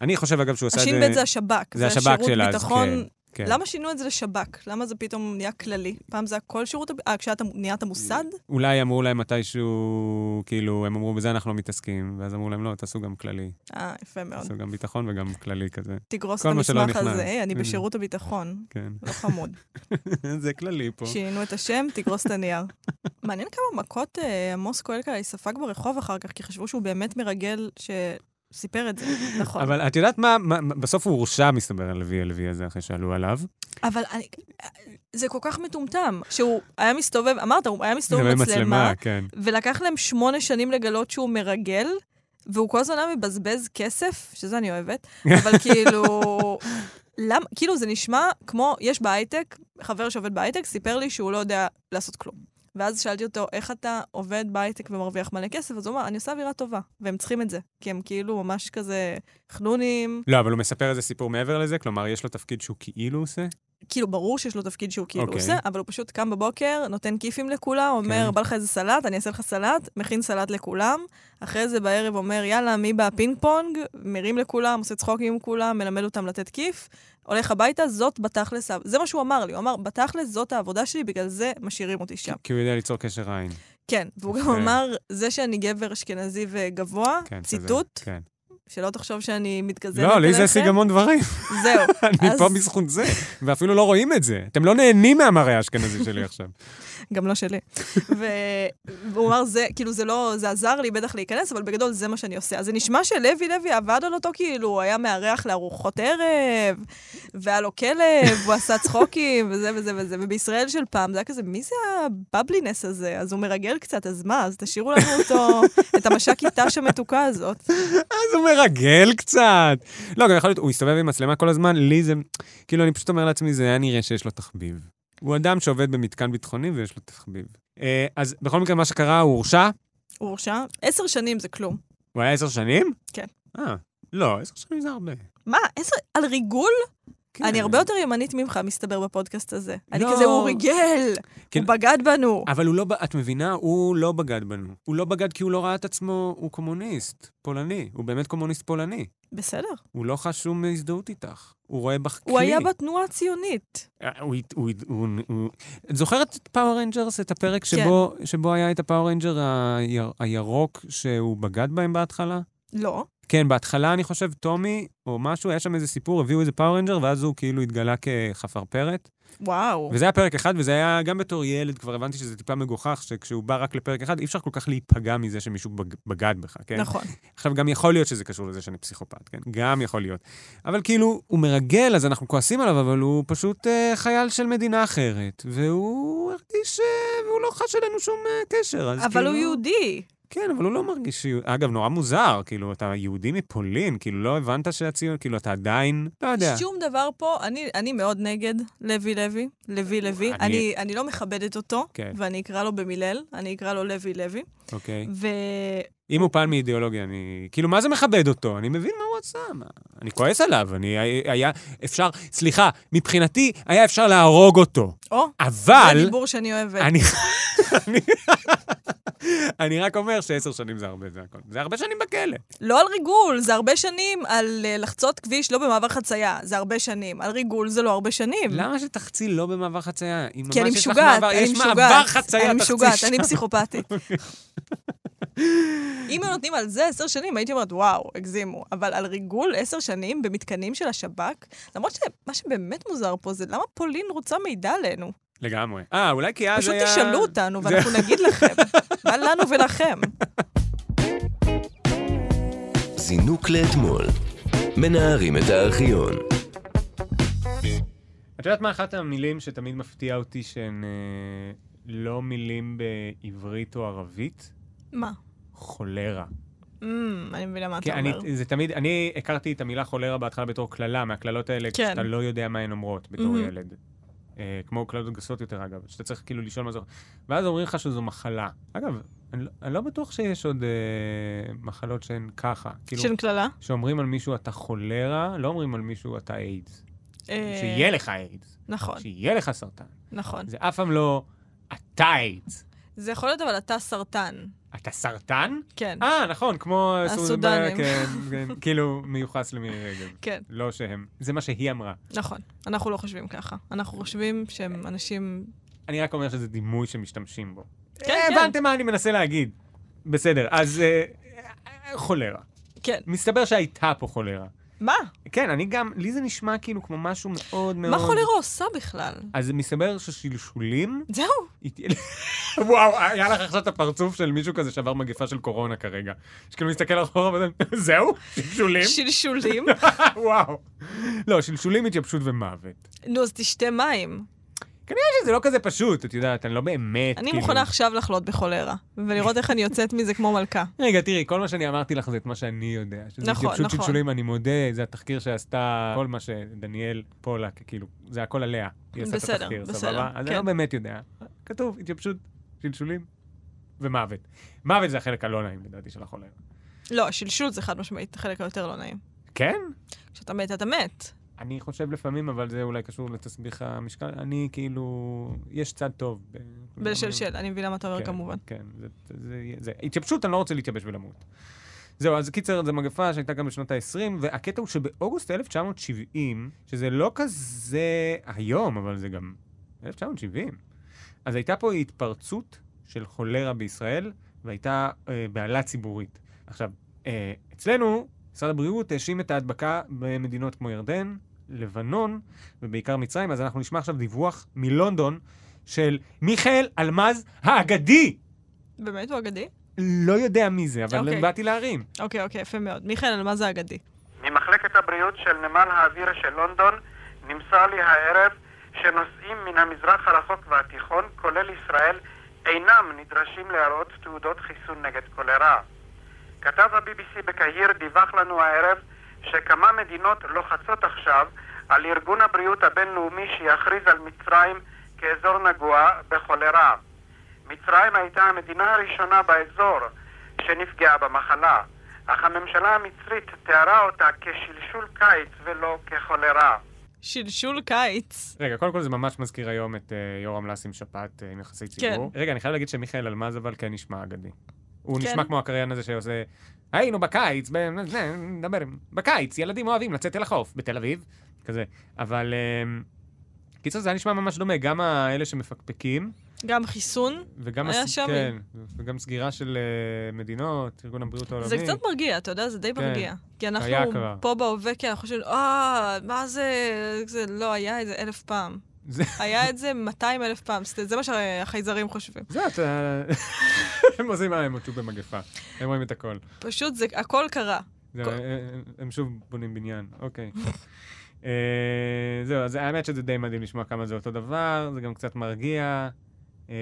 Speaker 3: אני חושב, אגב, שהוא עשה את זה...
Speaker 4: הש"ב זה השב"כ.
Speaker 3: זה השב"כ
Speaker 4: שירות
Speaker 3: שלה, אז
Speaker 4: ביטחון.
Speaker 3: כן, כן.
Speaker 4: למה שינו את זה לשב"כ? למה זה פתאום נהיה כללי? פעם זה הכל שירות... הב- אה, כשאתה נהיית מוסד?
Speaker 3: אולי אמרו להם מתישהו, כאילו, הם אמרו, בזה אנחנו לא מתעסקים, ואז אמרו להם, לא, תעשו גם כללי.
Speaker 4: אה, יפה מאוד.
Speaker 3: תעשו גם ביטחון וגם כללי כזה,
Speaker 4: תגרוס את
Speaker 3: כל מה שלא
Speaker 4: המסמך
Speaker 3: נכנס. Mm.
Speaker 4: הזה. היי, אני
Speaker 3: הנה.
Speaker 4: בשירות הביטחון.
Speaker 3: כן.
Speaker 4: לא חמוד.
Speaker 3: זה כללי פה.
Speaker 4: שינו את השם, תגרוס את הנייר. מעניין כמה מכות אה, עמוס קואלקה ספג ברחוב אחר כך, כי חשבו שהוא באמת מרגל שסיפר את זה. נכון.
Speaker 3: אבל את יודעת מה, מה- מה- בסוף הוא הורשע, מסתבר, הלוי הלוי הזה, אחרי שעלו עליו.
Speaker 4: אבל אני... אה, זה כל כך מטומטם, שהוא היה מסתובב, אמרת, הוא היה מסתובב
Speaker 3: זה
Speaker 4: עם מצלמה,
Speaker 3: מצלמה, כן.
Speaker 4: ולקח להם שמונה שנים לגלות שהוא מרגל, והוא כל הזמן היה מבזבז כסף, שזה אני אוהבת, אבל כאילו... למה, כאילו זה נשמע כמו, יש בהייטק, חבר שעובד בהייטק סיפר לי שהוא לא יודע לעשות כלום. ואז שאלתי אותו, איך אתה עובד בהייטק ומרוויח מלא כסף? אז הוא אמר, אני עושה אווירה טובה, והם צריכים את זה, כי הם כאילו ממש כזה חנונים,
Speaker 3: לא, אבל הוא מספר איזה סיפור מעבר לזה, כלומר, יש לו תפקיד שהוא כאילו עושה.
Speaker 4: כאילו, ברור שיש לו תפקיד שהוא כאילו
Speaker 3: אוקיי.
Speaker 4: עושה, אבל הוא פשוט קם בבוקר, נותן כיפים לכולם, אומר,
Speaker 3: כן.
Speaker 4: בא לך איזה סלט, אני אעשה לך סלט, מכין סלט לכולם, אחרי זה בערב אומר, יאללה, מי בא פינג פונג, מרים לכולם, עושה צחוקים עם כולם, מלמד אותם לתת כיף, הולך הביתה, זאת בתכלס, ה- זה מה שהוא אמר לי, הוא אמר, בתכלס זאת העבודה שלי, בגלל זה משאירים אותי שם.
Speaker 3: כי הוא יודע ליצור קשר עין.
Speaker 4: כן, והוא גם
Speaker 3: יפה.
Speaker 4: אמר, זה שאני גבר אשכנזי וגבוה,
Speaker 3: כן, כזה,
Speaker 4: ציטוט,
Speaker 3: כן.
Speaker 4: שלא תחשוב שאני מתגזמת
Speaker 3: לא, לי זה השיג
Speaker 4: עליכם."
Speaker 3: המון דברים.
Speaker 4: זהו.
Speaker 3: אני
Speaker 4: אז-
Speaker 3: פה בזכות זה, ואפילו לא רואים את זה. אתם לא נהנים מהמראה האשכנזי שלי עכשיו.
Speaker 4: גם לא שלי. ו- והוא אמר, זה, כאילו, זה לא, זה עזר לי בטח להיכנס, אבל בגדול זה מה שאני עושה. אז זה נשמע שלוי לוי עבד על אותו, כאילו, הוא היה מארח לארוחות ערב, והיה לו כלב, הוא עשה צחוקים, וזה וזה וזה. ובישראל של פעם זה היה כזה, מי זה הבבלינס הזה? אז הוא מרגל קצת, אז מה? אז תשאירו לנו אותו, את המש"ק איתש המתוקה הזאת.
Speaker 3: אז הוא מרגל קצת. לא, גם יכול להיות, הוא הסתובב עם מצלמה כל הזמן, לי זה... כאילו, אני פשוט אומר לעצמי, זה היה נראה שיש לו תחביב. הוא אדם שעובד במתקן ביטחוני ויש לו תחביב. אה, אז בכל מקרה, מה שקרה, הוא הורשע,
Speaker 4: הוא הורשע? עשר שנים זה כלום.
Speaker 3: הוא היה עשר שנים?
Speaker 4: כן.
Speaker 3: אה, לא, עשר שנים זה הרבה.
Speaker 4: מה, עשר, על ריגול?
Speaker 3: כן.
Speaker 4: אני הרבה יותר ימנית ממך, מסתבר, בפודקאסט הזה. אני
Speaker 3: לא.
Speaker 4: כזה, הוא ריגל,
Speaker 3: כן.
Speaker 4: הוא בגד בנו.
Speaker 3: אבל הוא לא, ב- את מבינה, הוא לא בגד בנו. הוא לא בגד כי הוא לא ראה את עצמו, הוא קומוניסט פולני. הוא באמת קומוניסט פולני.
Speaker 4: בסדר.
Speaker 3: הוא לא חש שום הזדהות איתך. הוא רואה בך כלי.
Speaker 4: הוא היה בתנועה הציונית.
Speaker 3: אה, הוא... הת- הוא... הת- הוא... הוא... את זוכרת את פאוור רנג'רס, את הפרק שבו, שבו היה את הפאוור רנג'ר היר... הירוק שהוא בגד בהם בהתחלה?
Speaker 4: לא.
Speaker 3: כן, בהתחלה אני חושב, טומי או משהו, היה שם איזה סיפור, הביאו איזה פאוור רנג'ר, ואז הוא כאילו התגלה כחפרפרת.
Speaker 4: וואו.
Speaker 3: וזה היה פרק אחד, וזה היה גם בתור ילד, כבר הבנתי שזה טיפה מגוחך, שכשהוא בא רק לפרק אחד, אי אפשר כל כך להיפגע מזה שמישהו בג- בגד בך, כן?
Speaker 4: נכון.
Speaker 3: עכשיו, גם יכול להיות שזה קשור לזה שאני פסיכופת, כן? גם יכול להיות. אבל כאילו, הוא מרגל, אז אנחנו כועסים עליו, אבל הוא פשוט אה, חייל של מדינה אחרת, והוא הרגיש, אה, והוא לא חש אלינו שום אה, קשר, אז
Speaker 4: אבל
Speaker 3: כאילו...
Speaker 4: הוא יהודי.
Speaker 3: כן, אבל הוא לא מרגיש... שהוא- אגב, נורא מוזר, כאילו, אתה יהודי מפולין, כאילו, לא הבנת שהציון, כאילו, אתה עדיין... לא יודע.
Speaker 4: שום דבר פה, אני- אני מאוד נגד לוי לוי, לוי לוי.
Speaker 3: אני-
Speaker 4: אני- אני לא מכבדת אותו,
Speaker 3: כן.
Speaker 4: ואני אקרא לו במילל, אני אקרא לו לוי לוי.
Speaker 3: אוקיי.
Speaker 4: ו-
Speaker 3: אם הוא פעל מאידיאולוגיה, אני... כאילו, מה זה מכבד אותו? אני מבין מה הוא עשה, מה... אני כועס עליו, אני... היה אפשר... סליחה, מבחינתי, היה אפשר להרוג אותו.
Speaker 4: או, זה
Speaker 3: אבל...
Speaker 4: דיבור שאני אוהבת.
Speaker 3: אני... אני- אני רק אומר שעשר שנים זה הרבה, זה הכול. זה הרבה שנים בכלא.
Speaker 4: לא על ריגול, זה הרבה שנים. על אה, לחצות כביש לא במעבר חצייה, זה הרבה שנים. על ריגול זה לא הרבה שנים.
Speaker 3: למה שתחצי לא במעבר חצייה? אם
Speaker 4: כי אני
Speaker 3: ממש יש לך
Speaker 4: משוגעת,
Speaker 3: מעבר-
Speaker 4: אני
Speaker 3: יש
Speaker 4: משוגעת.
Speaker 3: מעבר חצייה,
Speaker 4: אני
Speaker 3: תחצי
Speaker 4: משוגעת,
Speaker 3: שם.
Speaker 4: אני פסיכופתית. אם היו נותנים על זה עשר שנים, הייתי אומרת, וואו, הגזימו. אבל על ריגול עשר שנים במתקנים של השב"כ, למרות שמה שבאמת מוזר פה זה למה פולין רוצה מידע עלינו.
Speaker 3: לגמרי. אה, אולי כי אז
Speaker 4: פשוט
Speaker 3: היה...
Speaker 4: תשאלו אותנו
Speaker 3: זה-
Speaker 4: ואנחנו נגיד לכם. מה לנו ולכם?
Speaker 2: זינוק לאתמול. מנערים את הארכיון.
Speaker 3: את יודעת מה אחת המילים שתמיד מפתיע אותי שהן אה, לא מילים בעברית או ערבית?
Speaker 4: מה?
Speaker 3: חולרה.
Speaker 4: אמ, אני מבינה מה
Speaker 3: כי
Speaker 4: אתה
Speaker 3: כן, אני,
Speaker 4: אומר.
Speaker 3: זה תמיד, אני הכרתי את המילה חולרה בהתחלה בתור קללה, מהקללות האלה,
Speaker 4: כן.
Speaker 3: שאתה לא יודע מה הן אומרות בתור
Speaker 4: מהמם.
Speaker 3: ילד. אה, כמו קללות גסות יותר, אגב, שאתה צריך כאילו לשאול מה זה... ואז אומרים לך שזו מחלה. אגב, אני, לא- אני לא בטוח שיש עוד אה, מחלות שהן ככה. כאילו,
Speaker 4: של קללה?
Speaker 3: שאומרים על מישהו אתה חולרה, לא אומרים על מישהו אתה איידס.
Speaker 4: אה,
Speaker 3: שיהיה לך איידס.
Speaker 4: נכון,
Speaker 3: שיהיה לך סרטן.
Speaker 4: נכון.
Speaker 3: זה אף פעם לא אתה איידס.
Speaker 4: זה יכול להיות אבל אתה סרטן.
Speaker 3: אתה סרטן?
Speaker 4: כן,
Speaker 3: אה, נכון, כמו...
Speaker 4: הסודנים.
Speaker 3: כן, כן, כאילו מיוחס למירי רגב.
Speaker 4: כן,
Speaker 3: לא שהם. זה מה שהיא אמרה.
Speaker 4: נכון. אנחנו לא חושבים ככה. אנחנו חושבים שהם אנשים...
Speaker 3: אני רק אומר שזה דימוי שמשתמשים בו.
Speaker 4: כן,
Speaker 3: אה,
Speaker 4: כן.
Speaker 3: הבנתם מה אני מנסה להגיד. בסדר, אז אה, אה, חולרה.
Speaker 4: כן.
Speaker 3: מסתבר שהייתה פה חולרה.
Speaker 4: מה?
Speaker 3: כן, אני גם, לי זה נשמע כאילו כמו משהו מאוד מאוד...
Speaker 4: מה חולרה עושה בכלל?
Speaker 3: אז מסתבר ששלשולים...
Speaker 4: זהו.
Speaker 3: הת- וואו, היה לך עכשיו את הפרצוף של מישהו כזה שעבר מגפה של קורונה כרגע. שכאילו מסתכל אחורה ואומר, זהו? שלשולים?
Speaker 4: שלשולים.
Speaker 3: וואו. לא, שלשולים, התייבשות ומוות.
Speaker 4: נו, אז תשתה מים.
Speaker 3: זה לא כזה פשוט, את יודעת, אני לא באמת,
Speaker 4: אני
Speaker 3: כאילו-
Speaker 4: מוכנה עכשיו לחלות בחולרה, ולראות איך אני יוצאת מזה כמו מלכה.
Speaker 3: רגע, תראי, כל מה שאני אמרתי לך זה את מה שאני יודע. שזה
Speaker 4: נכון,
Speaker 3: התייבשות
Speaker 4: נכון.
Speaker 3: שלשולים, אני מודה, זה התחקיר שעשתה, כל מה שדניאל פולק, כאילו, זה הכל עליה. היא עשתה את
Speaker 4: בסדר,
Speaker 3: התחקיר,
Speaker 4: בסדר,
Speaker 3: סבבה? אז אני
Speaker 4: כן.
Speaker 3: לא באמת יודע. כתוב, התייבשות, שלשולים ומוות. מוות זה החלק הלא נעים, לדעתי, של החולה.
Speaker 4: לא, שלשול זה חד משמעית החלק היותר לא נעים.
Speaker 3: כן?
Speaker 4: כשאתה מת, אתה מת.
Speaker 3: אני חושב לפעמים, אבל זה אולי קשור לתסביך המשקל. אני כאילו, יש צד טוב. ב-
Speaker 4: בלשלשל, אני מבינה מה אתה אומר
Speaker 3: כן,
Speaker 4: כמובן.
Speaker 3: כן, זה, זה, זה, זה התייבשות, אני לא רוצה להתייבש ולמות. זהו, אז קיצר, זו מגפה שהייתה גם בשנות ה-20, והקטע הוא שבאוגוסט 1970, שזה לא כזה היום, אבל זה גם 1970, אז הייתה פה התפרצות של חולרה בישראל, והייתה אה, בהלה ציבורית. עכשיו, אה, אצלנו, משרד הבריאות האשים את ההדבקה במדינות כמו ירדן, לבנון, ובעיקר מצרים, אז אנחנו נשמע עכשיו דיווח מלונדון של מיכאל אלמז האגדי.
Speaker 4: באמת הוא אגדי?
Speaker 3: לא יודע מי זה, אבל
Speaker 4: אוקיי.
Speaker 3: באתי להרים.
Speaker 4: אוקיי, אוקיי, יפה מאוד. מיכאל, על מה זה אגדי?
Speaker 8: ממחלקת הבריאות של נמל האוויר של לונדון נמסר לי הערב שנוסעים מן המזרח הרחוק והתיכון, כולל ישראל, אינם נדרשים להראות תעודות חיסון נגד קולרה. כתב ה-BBC בקהיר דיווח לנו הערב שכמה מדינות לוחצות עכשיו על ארגון הבריאות הבינלאומי שיכריז על מצרים כאזור נגוע בחולרה. מצרים הייתה המדינה הראשונה באזור שנפגעה במחלה, אך הממשלה המצרית תיארה אותה כשלשול קיץ ולא כחולרה.
Speaker 4: שלשול קיץ.
Speaker 3: רגע, קודם כל זה ממש מזכיר היום את אה, יורם לס עם שפעת אה, עם יחסי
Speaker 4: כן.
Speaker 3: ציבור. רגע, אני חייב להגיד שמיכאל אלמז אבל כן נשמע אגדי. הוא
Speaker 4: כן.
Speaker 3: נשמע כמו הקריין הזה שעושה, היינו בקיץ, ב- זה, נדבר, עם- בקיץ, ילדים אוהבים לצאת אל החוף, בתל אביב, כזה. אבל אה, קיצר, זה היה נשמע ממש דומה, גם האלה שמפקפקים,
Speaker 4: גם חיסון.
Speaker 3: וגם...
Speaker 4: היה שם.
Speaker 3: כן, וגם סגירה של אה, מדינות, ארגון הבריאות העולמי.
Speaker 4: זה קצת מרגיע, אתה יודע, זה די
Speaker 3: כן.
Speaker 4: מרגיע. כי אנחנו
Speaker 3: היה כבר.
Speaker 4: פה בהווה, כי אנחנו חושבים, אה, מה זה, זה לא היה את זה אלף פעם.
Speaker 3: זה-
Speaker 4: היה את זה 200 אלף פעם, זה זה מה שהחייזרים חושבים.
Speaker 3: זה אתה... הם עושים מה הם הוצאו במגפה. הם רואים את הכל.
Speaker 4: פשוט זה, הכל קרה.
Speaker 3: זה-
Speaker 4: כל-
Speaker 3: הם- הם שוב בונים בניין, אוקיי. אה, זהו, אז האמת שזה די מדהים לשמוע כמה זה אותו דבר, זה גם קצת מרגיע. אה,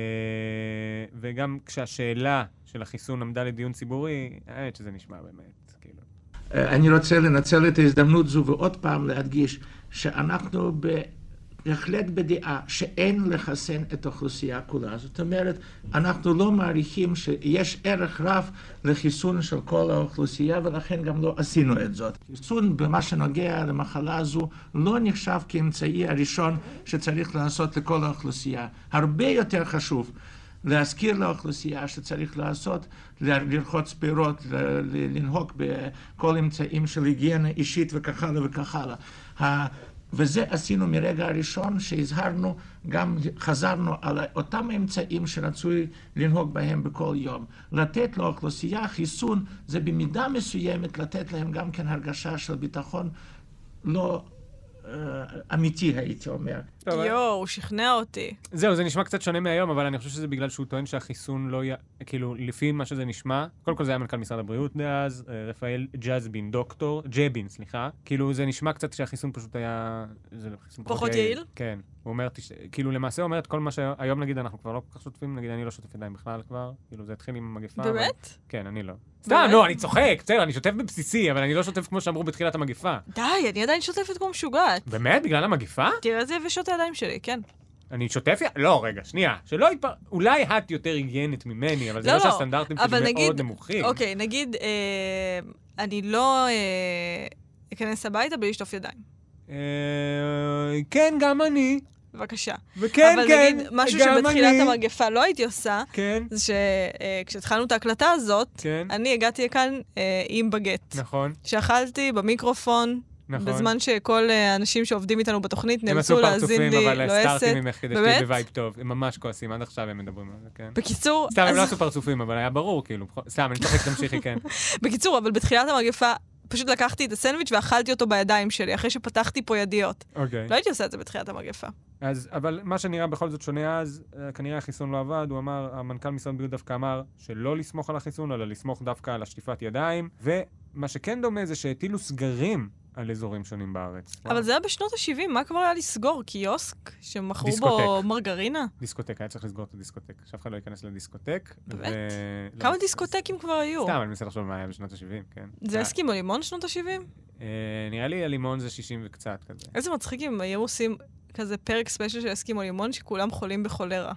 Speaker 3: וגם כשהשאלה של החיסון עמדה לדיון ציבורי, האמת שזה נשמע באמת, כאילו.
Speaker 9: אה, אני רוצה לנצל את ההזדמנות זו ועוד פעם להדגיש שאנחנו בהחלט בדעה שאין לחסן את האוכלוסייה כולה. זאת אומרת, אנחנו לא מעריכים שיש ערך רב לחיסון של כל האוכלוסייה, ולכן גם לא עשינו את זאת. חיסון במה שנוגע למחלה הזו לא נחשב כאמצעי הראשון שצריך לעשות לכל האוכלוסייה. הרבה יותר חשוב. להזכיר לאוכלוסייה שצריך לעשות, ל- לרחוץ פירות, ל- ל- לנהוג בכל אמצעים של היגיינה אישית וכך הלאה וכך הלאה. ה- וזה עשינו מרגע הראשון שהזהרנו, גם חזרנו על אותם אמצעים שרצוי לנהוג בהם בכל יום. לתת לאוכלוסייה חיסון זה במידה מסוימת לתת להם גם כן הרגשה של ביטחון לא אה, אמיתי הייתי אומר.
Speaker 3: טוב, אה.
Speaker 4: יואו, הוא שכנע אותי.
Speaker 3: זהו, זה נשמע קצת שונה מהיום, אבל אני חושב שזה בגלל שהוא טוען שהחיסון לא י... כאילו, לפי מה שזה נשמע, קודם כל זה היה מנכ"ל משרד הבריאות דאז, אה, רפאל ג'זבין, דוקטור, ג'בין, סליחה. כאילו, זה נשמע קצת שהחיסון פשוט היה... זה חיסון
Speaker 4: פחות יעיל?
Speaker 3: כן. הוא אומר, תש... כאילו, למעשה הוא אומר את כל מה שהיום, נגיד, אנחנו כבר לא כל כך שוטפים, נגיד, אני לא שוטף ידיים בכלל כבר, כאילו, זה התחיל עם המגפה. אבל-
Speaker 4: באמת?
Speaker 3: כן, אני לא. סתם, לא, אני צוחק, בסדר, אני שוטף בבסיסי, אבל אני לא שוטף כמו שאמרו בתחילת המגפה.
Speaker 4: די, אני עדיין שוטפת כמו משוגעת.
Speaker 3: באמת? בגלל המגפה?
Speaker 4: תראה את זה יבשות הידיים שלי, כן.
Speaker 3: אני שוטף? י- לא, רגע, שנייה. שלא יתפר... אולי את יותר היגיינית ממני, אבל זה
Speaker 4: לא,
Speaker 3: לא
Speaker 4: לא,
Speaker 3: שהסטנדרטים
Speaker 4: אבל
Speaker 3: שלי
Speaker 4: נגיד-
Speaker 3: מאוד נמוכים.
Speaker 4: אוקיי, נגיד, אה, אני לא אה, אכנס הביתה בלי לשטוף ידיים.
Speaker 3: אה, כן, גם אני.
Speaker 4: בבקשה.
Speaker 3: וכן,
Speaker 4: אבל
Speaker 3: כן,
Speaker 4: נגיד, משהו
Speaker 3: גם
Speaker 4: שבתחילת
Speaker 3: אני.
Speaker 4: המגפה לא הייתי עושה,
Speaker 3: כן,
Speaker 4: זה שכשהתחלנו את ההקלטה הזאת,
Speaker 3: כן.
Speaker 4: אני הגעתי לכאן אה, עם בגט.
Speaker 3: נכון,
Speaker 4: שאכלתי במיקרופון,
Speaker 3: נכון.
Speaker 4: בזמן שכל אה, האנשים שעובדים איתנו בתוכנית
Speaker 3: הם עשו
Speaker 4: נאלצו
Speaker 3: פרצופים,
Speaker 4: להאזין לי לא
Speaker 3: אבל אה,
Speaker 4: לועסת.
Speaker 3: הסתרתי ממך כדי
Speaker 4: באמת?
Speaker 3: שתהיה בווייב טוב. הם ממש כועסים, עד עכשיו הם מדברים על זה, כן.
Speaker 4: בקיצור,
Speaker 3: סתם, הם
Speaker 4: אז-
Speaker 3: לא עשו פרצופים, אבל היה ברור, כאילו. בכל- סתם, אני צוחק, תמשיכי, כן.
Speaker 4: בקיצור, אבל בתחילת המגפה פשוט לקחתי את הסנדוויץ' ואכלתי אותו בידיים שלי, אחרי שפתחתי פה ידיות.
Speaker 3: אוקיי.
Speaker 4: לא הייתי עושה את זה בתחילת המגפה.
Speaker 3: אז, אבל מה שנראה בכל זאת שונה אז, אה, כנראה החיסון לא עבד, הוא אמר, המנכ"ל משרד הבריאות דווקא אמר שלא לסמוך על החיסון, אלא לסמוך דווקא על השטיפת ידיים, ומה שכן דומה זה שהטילו סגרים על אזורים שונים בארץ.
Speaker 4: אבל זה היה בשנות ה-70, מה כבר היה לסגור? קיוסק? שמכרו בו
Speaker 3: דיסקוטק.
Speaker 4: מרגרינה?
Speaker 3: דיסקוטק, היה צריך לסגור את הדיסקוטק, שאף אחד לא ייכנס לדיסקוטק.
Speaker 4: באמת?
Speaker 3: ו-
Speaker 4: כמה
Speaker 3: לא,
Speaker 4: דיסקוטקים כבר היו?
Speaker 3: סתם, אני מנסה לחשוב מה היה בשנות ה-70, כן.
Speaker 4: זה
Speaker 3: אה,
Speaker 4: הסכימו לימון שנות ה-70?
Speaker 3: אה, נראה לי הלימון זה 60 וקצת כזה.
Speaker 4: איזה מצחיקים, היו עושים כזה פרק ספיישל של אסקימו לימון שכולם חולים בכולרה.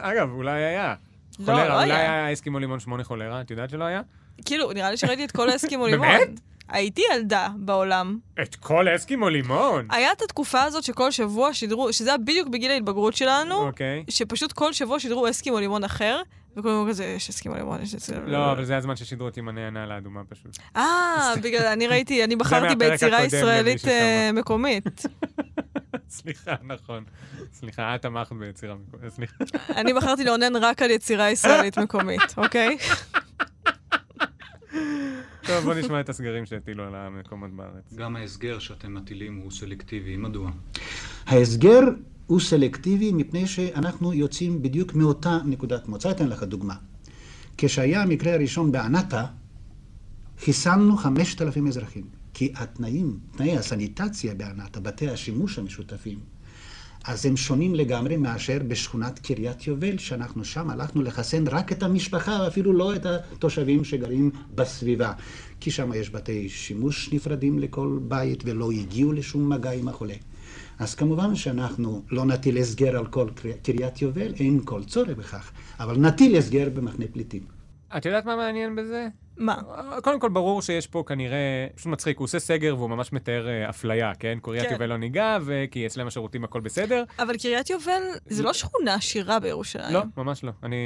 Speaker 3: אגב, אולי היה.
Speaker 4: לא,
Speaker 3: חולרה,
Speaker 4: לא
Speaker 3: אולי
Speaker 4: היה.
Speaker 3: היה אסקימו לימון 8 חולרה, את יודעת שלא היה?
Speaker 4: כאילו, נראה לי שראיתי את כל האסקימו לימון.
Speaker 3: באמת?
Speaker 4: הייתי ילדה בעולם.
Speaker 3: את כל אסקימו לימון!
Speaker 4: היה את התקופה הזאת שכל שבוע שידרו, שזה היה בדיוק בגיל ההתבגרות שלנו,
Speaker 3: אוקיי.
Speaker 4: שפשוט כל שבוע שידרו אסקימו לימון אחר, וכולם אמרו כזה, יש אסקימו לימון, יש אסקימו לימון.
Speaker 3: לא, אבל זה הזמן ששידרו אותי עם הנענה לאדומה פשוט.
Speaker 4: אה, בגלל, אני ראיתי, אני בחרתי
Speaker 3: מהפרק
Speaker 4: ביצירה
Speaker 3: הקודם
Speaker 4: ישראלית
Speaker 3: למישהו
Speaker 4: אה,
Speaker 3: שאמר.
Speaker 4: מקומית.
Speaker 3: סליחה, נכון. סליחה, את תמכת ביצירה מקומית. סליחה.
Speaker 4: אני בחרתי לאונן רק על יצירה ישראלית מקומית, אוקיי?
Speaker 3: טוב, בוא נשמע את הסגרים שהטילו על המקומות בארץ.
Speaker 10: גם ההסגר שאתם מטילים הוא סלקטיבי, מדוע?
Speaker 9: ההסגר הוא סלקטיבי מפני שאנחנו יוצאים בדיוק מאותה נקודת מוצא. אתן לך דוגמה. כשהיה המקרה הראשון בענתה, חיסנו 5,000 אזרחים, כי התנאים, תנאי הסניטציה בענתה, בתי השימוש המשותפים, אז הם שונים לגמרי מאשר בשכונת קריית יובל, שאנחנו שם הלכנו לחסן רק את המשפחה, ואפילו לא את התושבים שגרים בסביבה. כי שם יש בתי שימוש נפרדים לכל בית, ולא הגיעו לשום מגע עם החולה. אז כמובן שאנחנו לא נטיל הסגר על כל קרי- קריית יובל, אין כל צורך בכך, אבל נטיל הסגר במחנה פליטים.
Speaker 3: את יודעת מה מעניין בזה? אה,
Speaker 4: מה?
Speaker 3: קודם כל, ברור שיש פה כנראה, פשוט מצחיק, הוא עושה סגר והוא ממש מתאר אה, אפליה, כן? קוריית
Speaker 4: כן.
Speaker 3: יובל לא ניגע, וכי אצלם השירותים הכל בסדר.
Speaker 4: אבל קריית יובל זה לא שכונה עשירה בירושלים.
Speaker 3: לא, ממש לא. אני...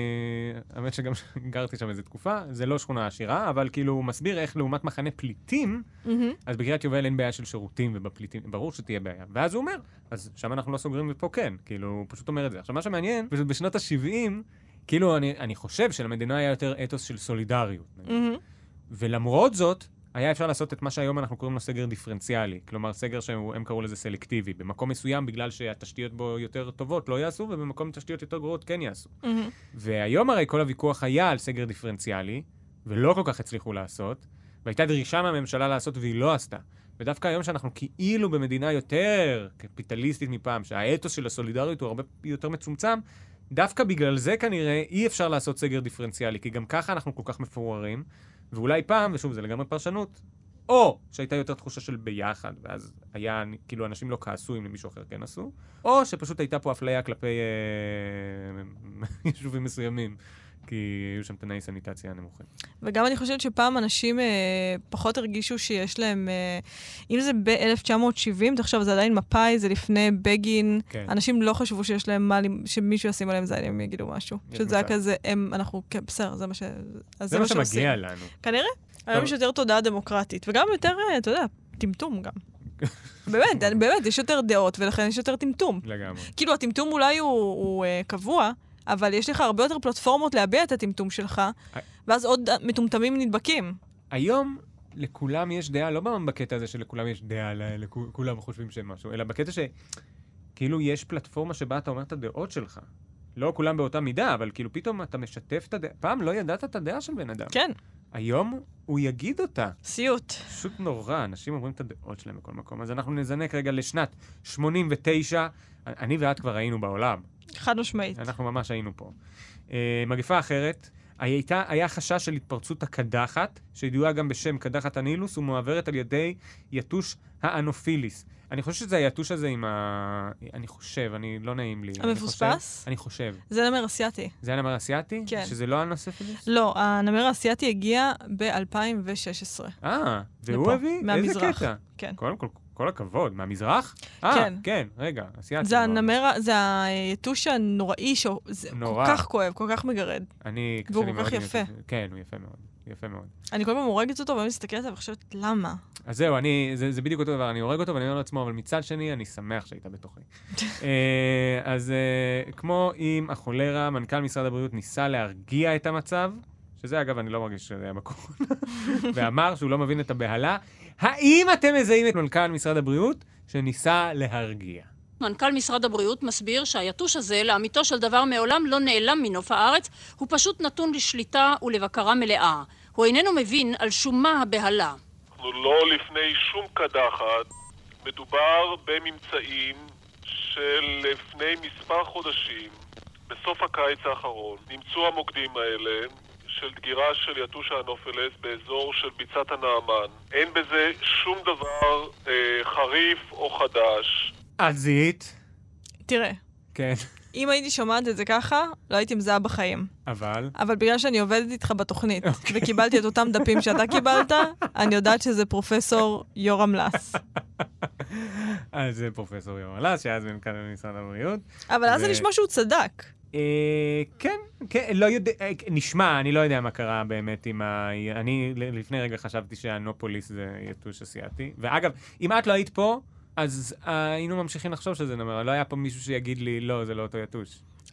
Speaker 3: האמת שגם גרתי שם איזה תקופה, זה לא שכונה עשירה, אבל כאילו הוא מסביר איך לעומת מחנה פליטים,
Speaker 4: מהמם.
Speaker 3: אז בקריית יובל אין בעיה של שירותים ובפליטים, ברור שתהיה בעיה. ואז הוא אומר, אז שם אנחנו לא סוגרים ופה כן, כאילו, הוא פשוט אומר את זה. עכשיו, מה שמעניין, פשוט בשנות ה-70, כאילו, אני, אני חושב שלמדינה היה יותר אתוס של סולידריות. נגיד.
Speaker 4: מהמם.
Speaker 3: ולמרות זאת, היה אפשר לעשות את מה שהיום אנחנו קוראים לו סגר דיפרנציאלי. כלומר, סגר שהם קראו לזה סלקטיבי. במקום מסוים, בגלל שהתשתיות בו יותר טובות, לא יעשו, ובמקום עם תשתיות יותר גרועות כן יעשו.
Speaker 4: מהמם.
Speaker 3: והיום הרי כל הוויכוח היה על סגר דיפרנציאלי, ולא כל כך הצליחו לעשות, והייתה דרישה מהממשלה לעשות והיא לא עשתה. ודווקא היום שאנחנו כאילו במדינה יותר קפיטליסטית מפעם, שהאתוס של הסולידריות הוא הרבה יותר מצומצם, דווקא בגלל זה כנראה אי אפשר לעשות סגר דיפרנציאלי, כי גם ככה אנחנו כל כך מפוררים, ואולי פעם, ושוב, זה לגמרי פרשנות, או שהייתה יותר תחושה של ביחד, ואז היה, כאילו, אנשים לא כעסו אם למישהו אחר כן עשו, או שפשוט הייתה פה אפליה כלפי אה, יישובים מסוימים, כי היו שם תנאי סניטציה נמוכים.
Speaker 4: וגם אני חושבת שפעם אנשים אה, פחות הרגישו שיש להם, אה, אם זה ב-1970, תחשוב, זה עדיין מפא"י, זה לפני בגין,
Speaker 3: כן.
Speaker 4: אנשים לא חשבו שיש להם מה, ל- שמישהו ישים עליהם זין אם יגידו משהו.
Speaker 3: יש
Speaker 4: פשוט זה היה
Speaker 3: מצב.
Speaker 4: כזה, הם, אנחנו, כן, בסדר, זה מה ש... אז
Speaker 3: זה מה
Speaker 4: שעושים.
Speaker 3: שמגיע לנו.
Speaker 4: כנראה. היום יש יותר תודעה דמוקרטית, וגם יותר, אה, אתה יודע, טמטום גם. באמת, אני- באמת, יש יותר דעות, ולכן יש יותר טמטום.
Speaker 3: לגמרי.
Speaker 4: כאילו, הטמטום אולי הוא, הוא אה, קבוע, אבל יש לך הרבה יותר פלטפורמות להביע את הטמטום שלך,
Speaker 3: אה.
Speaker 4: ואז עוד מטומטמים נדבקים.
Speaker 3: היום לכולם יש דעה, לא גם בקטע הזה שלכולם יש דעה, ל- לכו- כולם חושבים שהם משהו, אלא בקטע שכאילו יש פלטפורמה שבה אתה אומר את הדעות שלך. לא כולם באותה מידה, אבל כאילו פתאום אתה משתף את הדעה. פעם לא ידעת את הדעה של בן אדם.
Speaker 4: כן,
Speaker 3: היום הוא יגיד אותה.
Speaker 4: סיוט.
Speaker 3: פשוט נורא, אנשים אומרים את הדעות שלהם בכל מקום. אז אנחנו נזנק רגע לשנת 89, אני ואת כבר היינו בעולם.
Speaker 4: חד משמעית.
Speaker 3: אנחנו ממש היינו פה. אה, מגפה אחרת, הייתה, היה חשש של התפרצות הקדחת, שידועה גם בשם קדחת הנילוס, ומועברת על ידי יתוש האנופיליס. אני חושב שזה היתוש הזה עם ה... אני חושב, אני לא נעים לי. אני
Speaker 4: המפוספס?
Speaker 3: חושב- אני חושב.
Speaker 4: זה נמר אסיאתי.
Speaker 3: זה הנמר האסיאתי?
Speaker 4: כן.
Speaker 3: שזה לא הנוספיליס?
Speaker 4: לא, הנמר האסיאתי הגיע ב-2016.
Speaker 3: אה, והוא
Speaker 4: לפה,
Speaker 3: הביא?
Speaker 4: מהמזרח.
Speaker 3: איזה קטע.
Speaker 4: כן.
Speaker 3: כל, כל, כל הכבוד, מהמזרח? אה,
Speaker 4: כן.
Speaker 3: כן, רגע, אסיאתי.
Speaker 4: זה
Speaker 3: אמרנו.
Speaker 4: הנמר, ה- זה היתוש הנוראי, שזה כל
Speaker 3: נורא.
Speaker 4: כך כואב, כל כך מגרד.
Speaker 3: אני...
Speaker 4: והוא
Speaker 3: קשה לי
Speaker 4: כל כך
Speaker 3: מאוד עם
Speaker 4: יפה.
Speaker 3: יתוש- כן, הוא יפה מאוד. יפה מאוד.
Speaker 4: אני כל פעם הורגת אותו, ואני מסתכלת עליו וחושבת, למה?
Speaker 3: אז זהו, אני, זה, זה בדיוק אותו דבר, אני הורג אותו ואני אומר לעצמו, אבל מצד שני, אני שמח שהיית בתוכי. אה, אז אה, כמו עם החולרה, מנכ"ל משרד הבריאות ניסה להרגיע את המצב, שזה אגב, אני לא מרגיש שזה היה בקורונה, ואמר שהוא לא מבין את הבהלה. האם אתם מזהים את מנכ"ל משרד הבריאות שניסה להרגיע?
Speaker 11: מנכ"ל משרד הבריאות מסביר שהיתוש הזה, לאמיתו של דבר, מעולם לא נעלם מנוף הארץ, הוא פשוט נתון לשליטה ולבקרה מלאה. הוא איננו מבין על שום מה הבהלה.
Speaker 12: אנחנו לא לפני שום קדחת. מדובר בממצאים שלפני מספר חודשים, בסוף הקיץ האחרון, נמצאו המוקדים האלה של דגירה של יתוש האנופלס באזור של ביצת הנעמן. אין בזה שום דבר אה, חריף או חדש.
Speaker 3: את זיהית?
Speaker 4: תראה,
Speaker 3: כן,
Speaker 4: אם הייתי שומעת את זה ככה, לא הייתי מזהה בחיים.
Speaker 3: אבל...
Speaker 4: אבל בגלל שאני עובדת איתך בתוכנית,
Speaker 3: אוקיי.
Speaker 4: וקיבלתי את אותם דפים שאתה קיבלת, אני יודעת שזה פרופסור יורם לס.
Speaker 3: אז זה פרופסור יורם לס, שהיה אז מנכ"ל משרד הבריאות.
Speaker 4: אבל אז זה
Speaker 3: ו-
Speaker 4: נשמע שהוא צדק.
Speaker 3: אה, כן, כן, לא יודע, אה, נשמע, אני לא יודע מה קרה באמת עם ה... אני ל- לפני רגע חשבתי שהנופוליס זה יתוש אסיאתי. ואגב, אם את לא היית פה, אז אה, היינו ממשיכים לחשוב שזה נאמר, לא היה פה מישהו שיגיד לי, לא, זה לא אותו יתוש.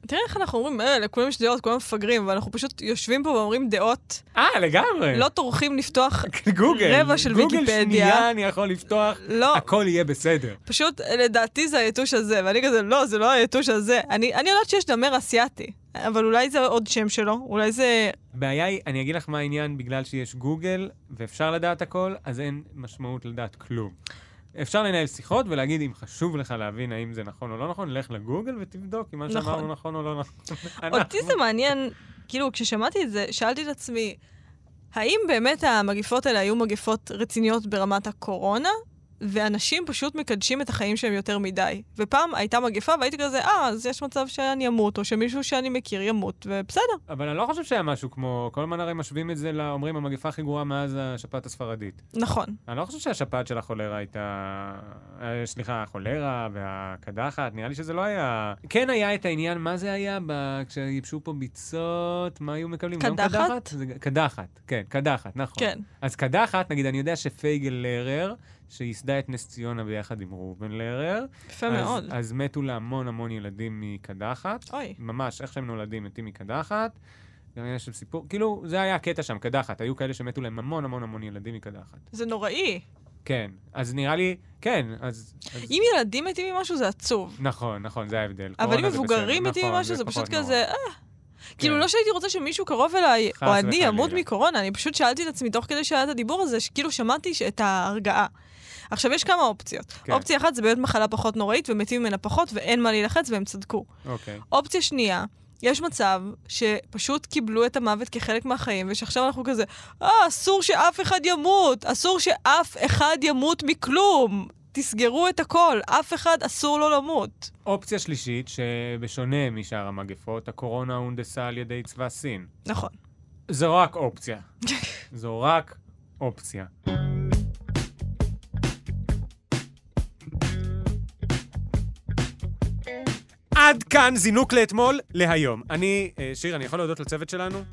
Speaker 4: תראה איך אנחנו אומרים, אה, לכולם יש דעות, כולם מפגרים, ואנחנו פשוט יושבים פה ואומרים דעות,
Speaker 3: אה, לגמרי.
Speaker 4: לא טורחים לפתוח,
Speaker 3: גוגל.
Speaker 4: רבע של ויקיפדיה.
Speaker 3: גוגל שנייה אני יכול לפתוח,
Speaker 4: לא.
Speaker 3: הכל יהיה בסדר.
Speaker 4: פשוט אה, לדעתי זה היתוש הזה, ואני כזה, לא, זה לא היתוש הזה. אני אני יודעת שיש נמר אסיאתי, אבל אולי זה עוד שם שלו, אולי זה...
Speaker 3: הבעיה היא, אני אגיד לך מה העניין, בגלל שיש גוגל ואפשר לדעת הכל, אז אין משמעות לדעת כלום. אפשר לנהל שיחות ולהגיד אם חשוב לך להבין האם זה נכון או לא נכון, לך לגוגל ותבדוק אם מה
Speaker 4: נכון.
Speaker 3: שאמרנו נכון או לא נכון.
Speaker 4: אותי זה מעניין, כאילו, כששמעתי את זה, שאלתי את עצמי, האם באמת המגפות האלה היו מגפות רציניות ברמת הקורונה? ואנשים פשוט מקדשים את החיים שלהם יותר מדי. ופעם הייתה מגפה והייתי כזה, אה, אז יש מצב שאני אמות, או שמישהו שאני מכיר ימות, ובסדר.
Speaker 3: אבל אני לא חושב שהיה משהו כמו, כל הזמן הרי משווים את זה לאומרים המגפה הכי גרועה מאז השפעת הספרדית.
Speaker 4: נכון.
Speaker 3: אני לא חושב שהשפעת של החולרה הייתה... אה, סליחה, החולרה והקדחת, נראה לי שזה לא היה... כן היה את העניין, מה זה היה ב... כשייבשו פה ביצות, מה היו מקבלים? גם
Speaker 4: קדחת?
Speaker 3: זה... קדחת, כן, קדחת, נכון.
Speaker 4: כן.
Speaker 3: אז קדחת, נגיד, אני יודע שפייגל לרר, שייסדה את נס ציונה ביחד עם ראובן לרר,
Speaker 4: יפה
Speaker 3: אז- אה,
Speaker 4: מאוד.
Speaker 3: אז מתו לה המון המון ילדים מקדחת.
Speaker 4: אוי.
Speaker 3: ממש, איך שהם נולדים, מתים מקדחת. גם יש שם סיפור, כאילו, זה היה הקטע שם, קדחת. היו כאלה שמתו להם המון המון המון ילדים מקדחת.
Speaker 4: זה נוראי.
Speaker 3: כן, אז נראה לי, כן, אז... אז...
Speaker 4: אם ילדים מתים ממשהו זה עצוב.
Speaker 3: נכון, נכון, זה ההבדל.
Speaker 4: אבל אם
Speaker 3: קורונה זה
Speaker 4: מבוגרים
Speaker 3: בסדר,
Speaker 4: מתים
Speaker 3: נכון,
Speaker 4: ממשהו זה פשוט
Speaker 3: פחות נורא. כן.
Speaker 4: כזה, אה. כאילו, לא שהייתי רוצה שמישהו קרוב אליי,
Speaker 3: חס
Speaker 4: או אני, ימות
Speaker 3: וחלילה.
Speaker 4: מקורונה, אני פשוט שאלתי את עצמי תוך כדי שהיה את הדיבור הזה, שכאילו שמעתי ש- את ההרגעה. עכשיו, יש כמה אופציות.
Speaker 3: כן.
Speaker 4: אופציה אחת זה באמת מחלה פחות נוראית, ומתים ממנה פחות, ואין מה להילחץ, והם צדקו.
Speaker 3: אוקיי.
Speaker 4: אופציה שנייה יש מצב שפשוט קיבלו את המוות כחלק מהחיים, ושעכשיו אנחנו כזה, אה, אסור שאף אחד ימות, אסור שאף אחד ימות מכלום. תסגרו את הכל, אף אחד אסור לו למות.
Speaker 3: אופציה שלישית, שבשונה משאר המגפות, הקורונה הונדסה על ידי צבא סין.
Speaker 4: נכון.
Speaker 3: זו רק אופציה. זו רק אופציה. עד כאן זינוק לאתמול, להיום. אני, אה, שיר, אני יכול להודות לצוות שלנו?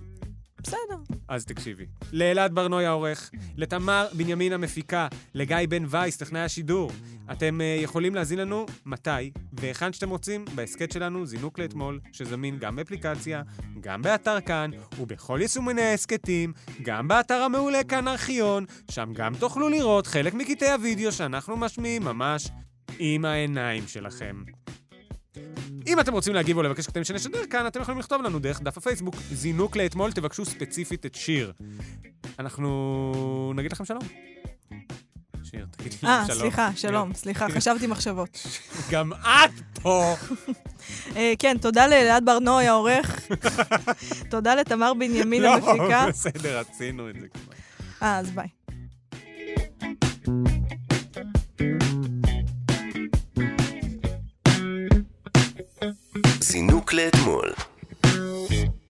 Speaker 4: בסדר.
Speaker 3: אז תקשיבי. לאלעד ברנוי העורך, לתמר בנימין המפיקה, לגיא בן וייס, טכנאי השידור. אתם אה, יכולים להזין לנו מתי והיכן שאתם רוצים בהסכת שלנו זינוק לאתמול, שזמין גם באפליקציה, גם באתר כאן, ובכל יישומני ההסכתים, גם באתר המעולה כאן ארכיון, שם גם תוכלו לראות חלק מקטעי הוידאו שאנחנו משמיעים ממש עם העיניים שלכם. אם אתם רוצים להגיב או לבקש קטעים שנשדר כאן, אתם יכולים לכתוב לנו דרך דף הפייסבוק זינוק לאתמול, תבקשו ספציפית את שיר. אנחנו נגיד לכם שלום. שיר, תגידי
Speaker 4: אה,
Speaker 3: לנו שלום.
Speaker 4: סליחה, שלום, סליחה, חשבתי מחשבות.
Speaker 3: גם את פה!
Speaker 4: אה, כן, תודה לאלעד ברנוי העורך, תודה לתמר בנימין
Speaker 3: לא,
Speaker 4: המפיקה.
Speaker 3: בסדר, עשינו את זה כבר.
Speaker 4: אה, אז ביי.
Speaker 2: זינוק לאתמול.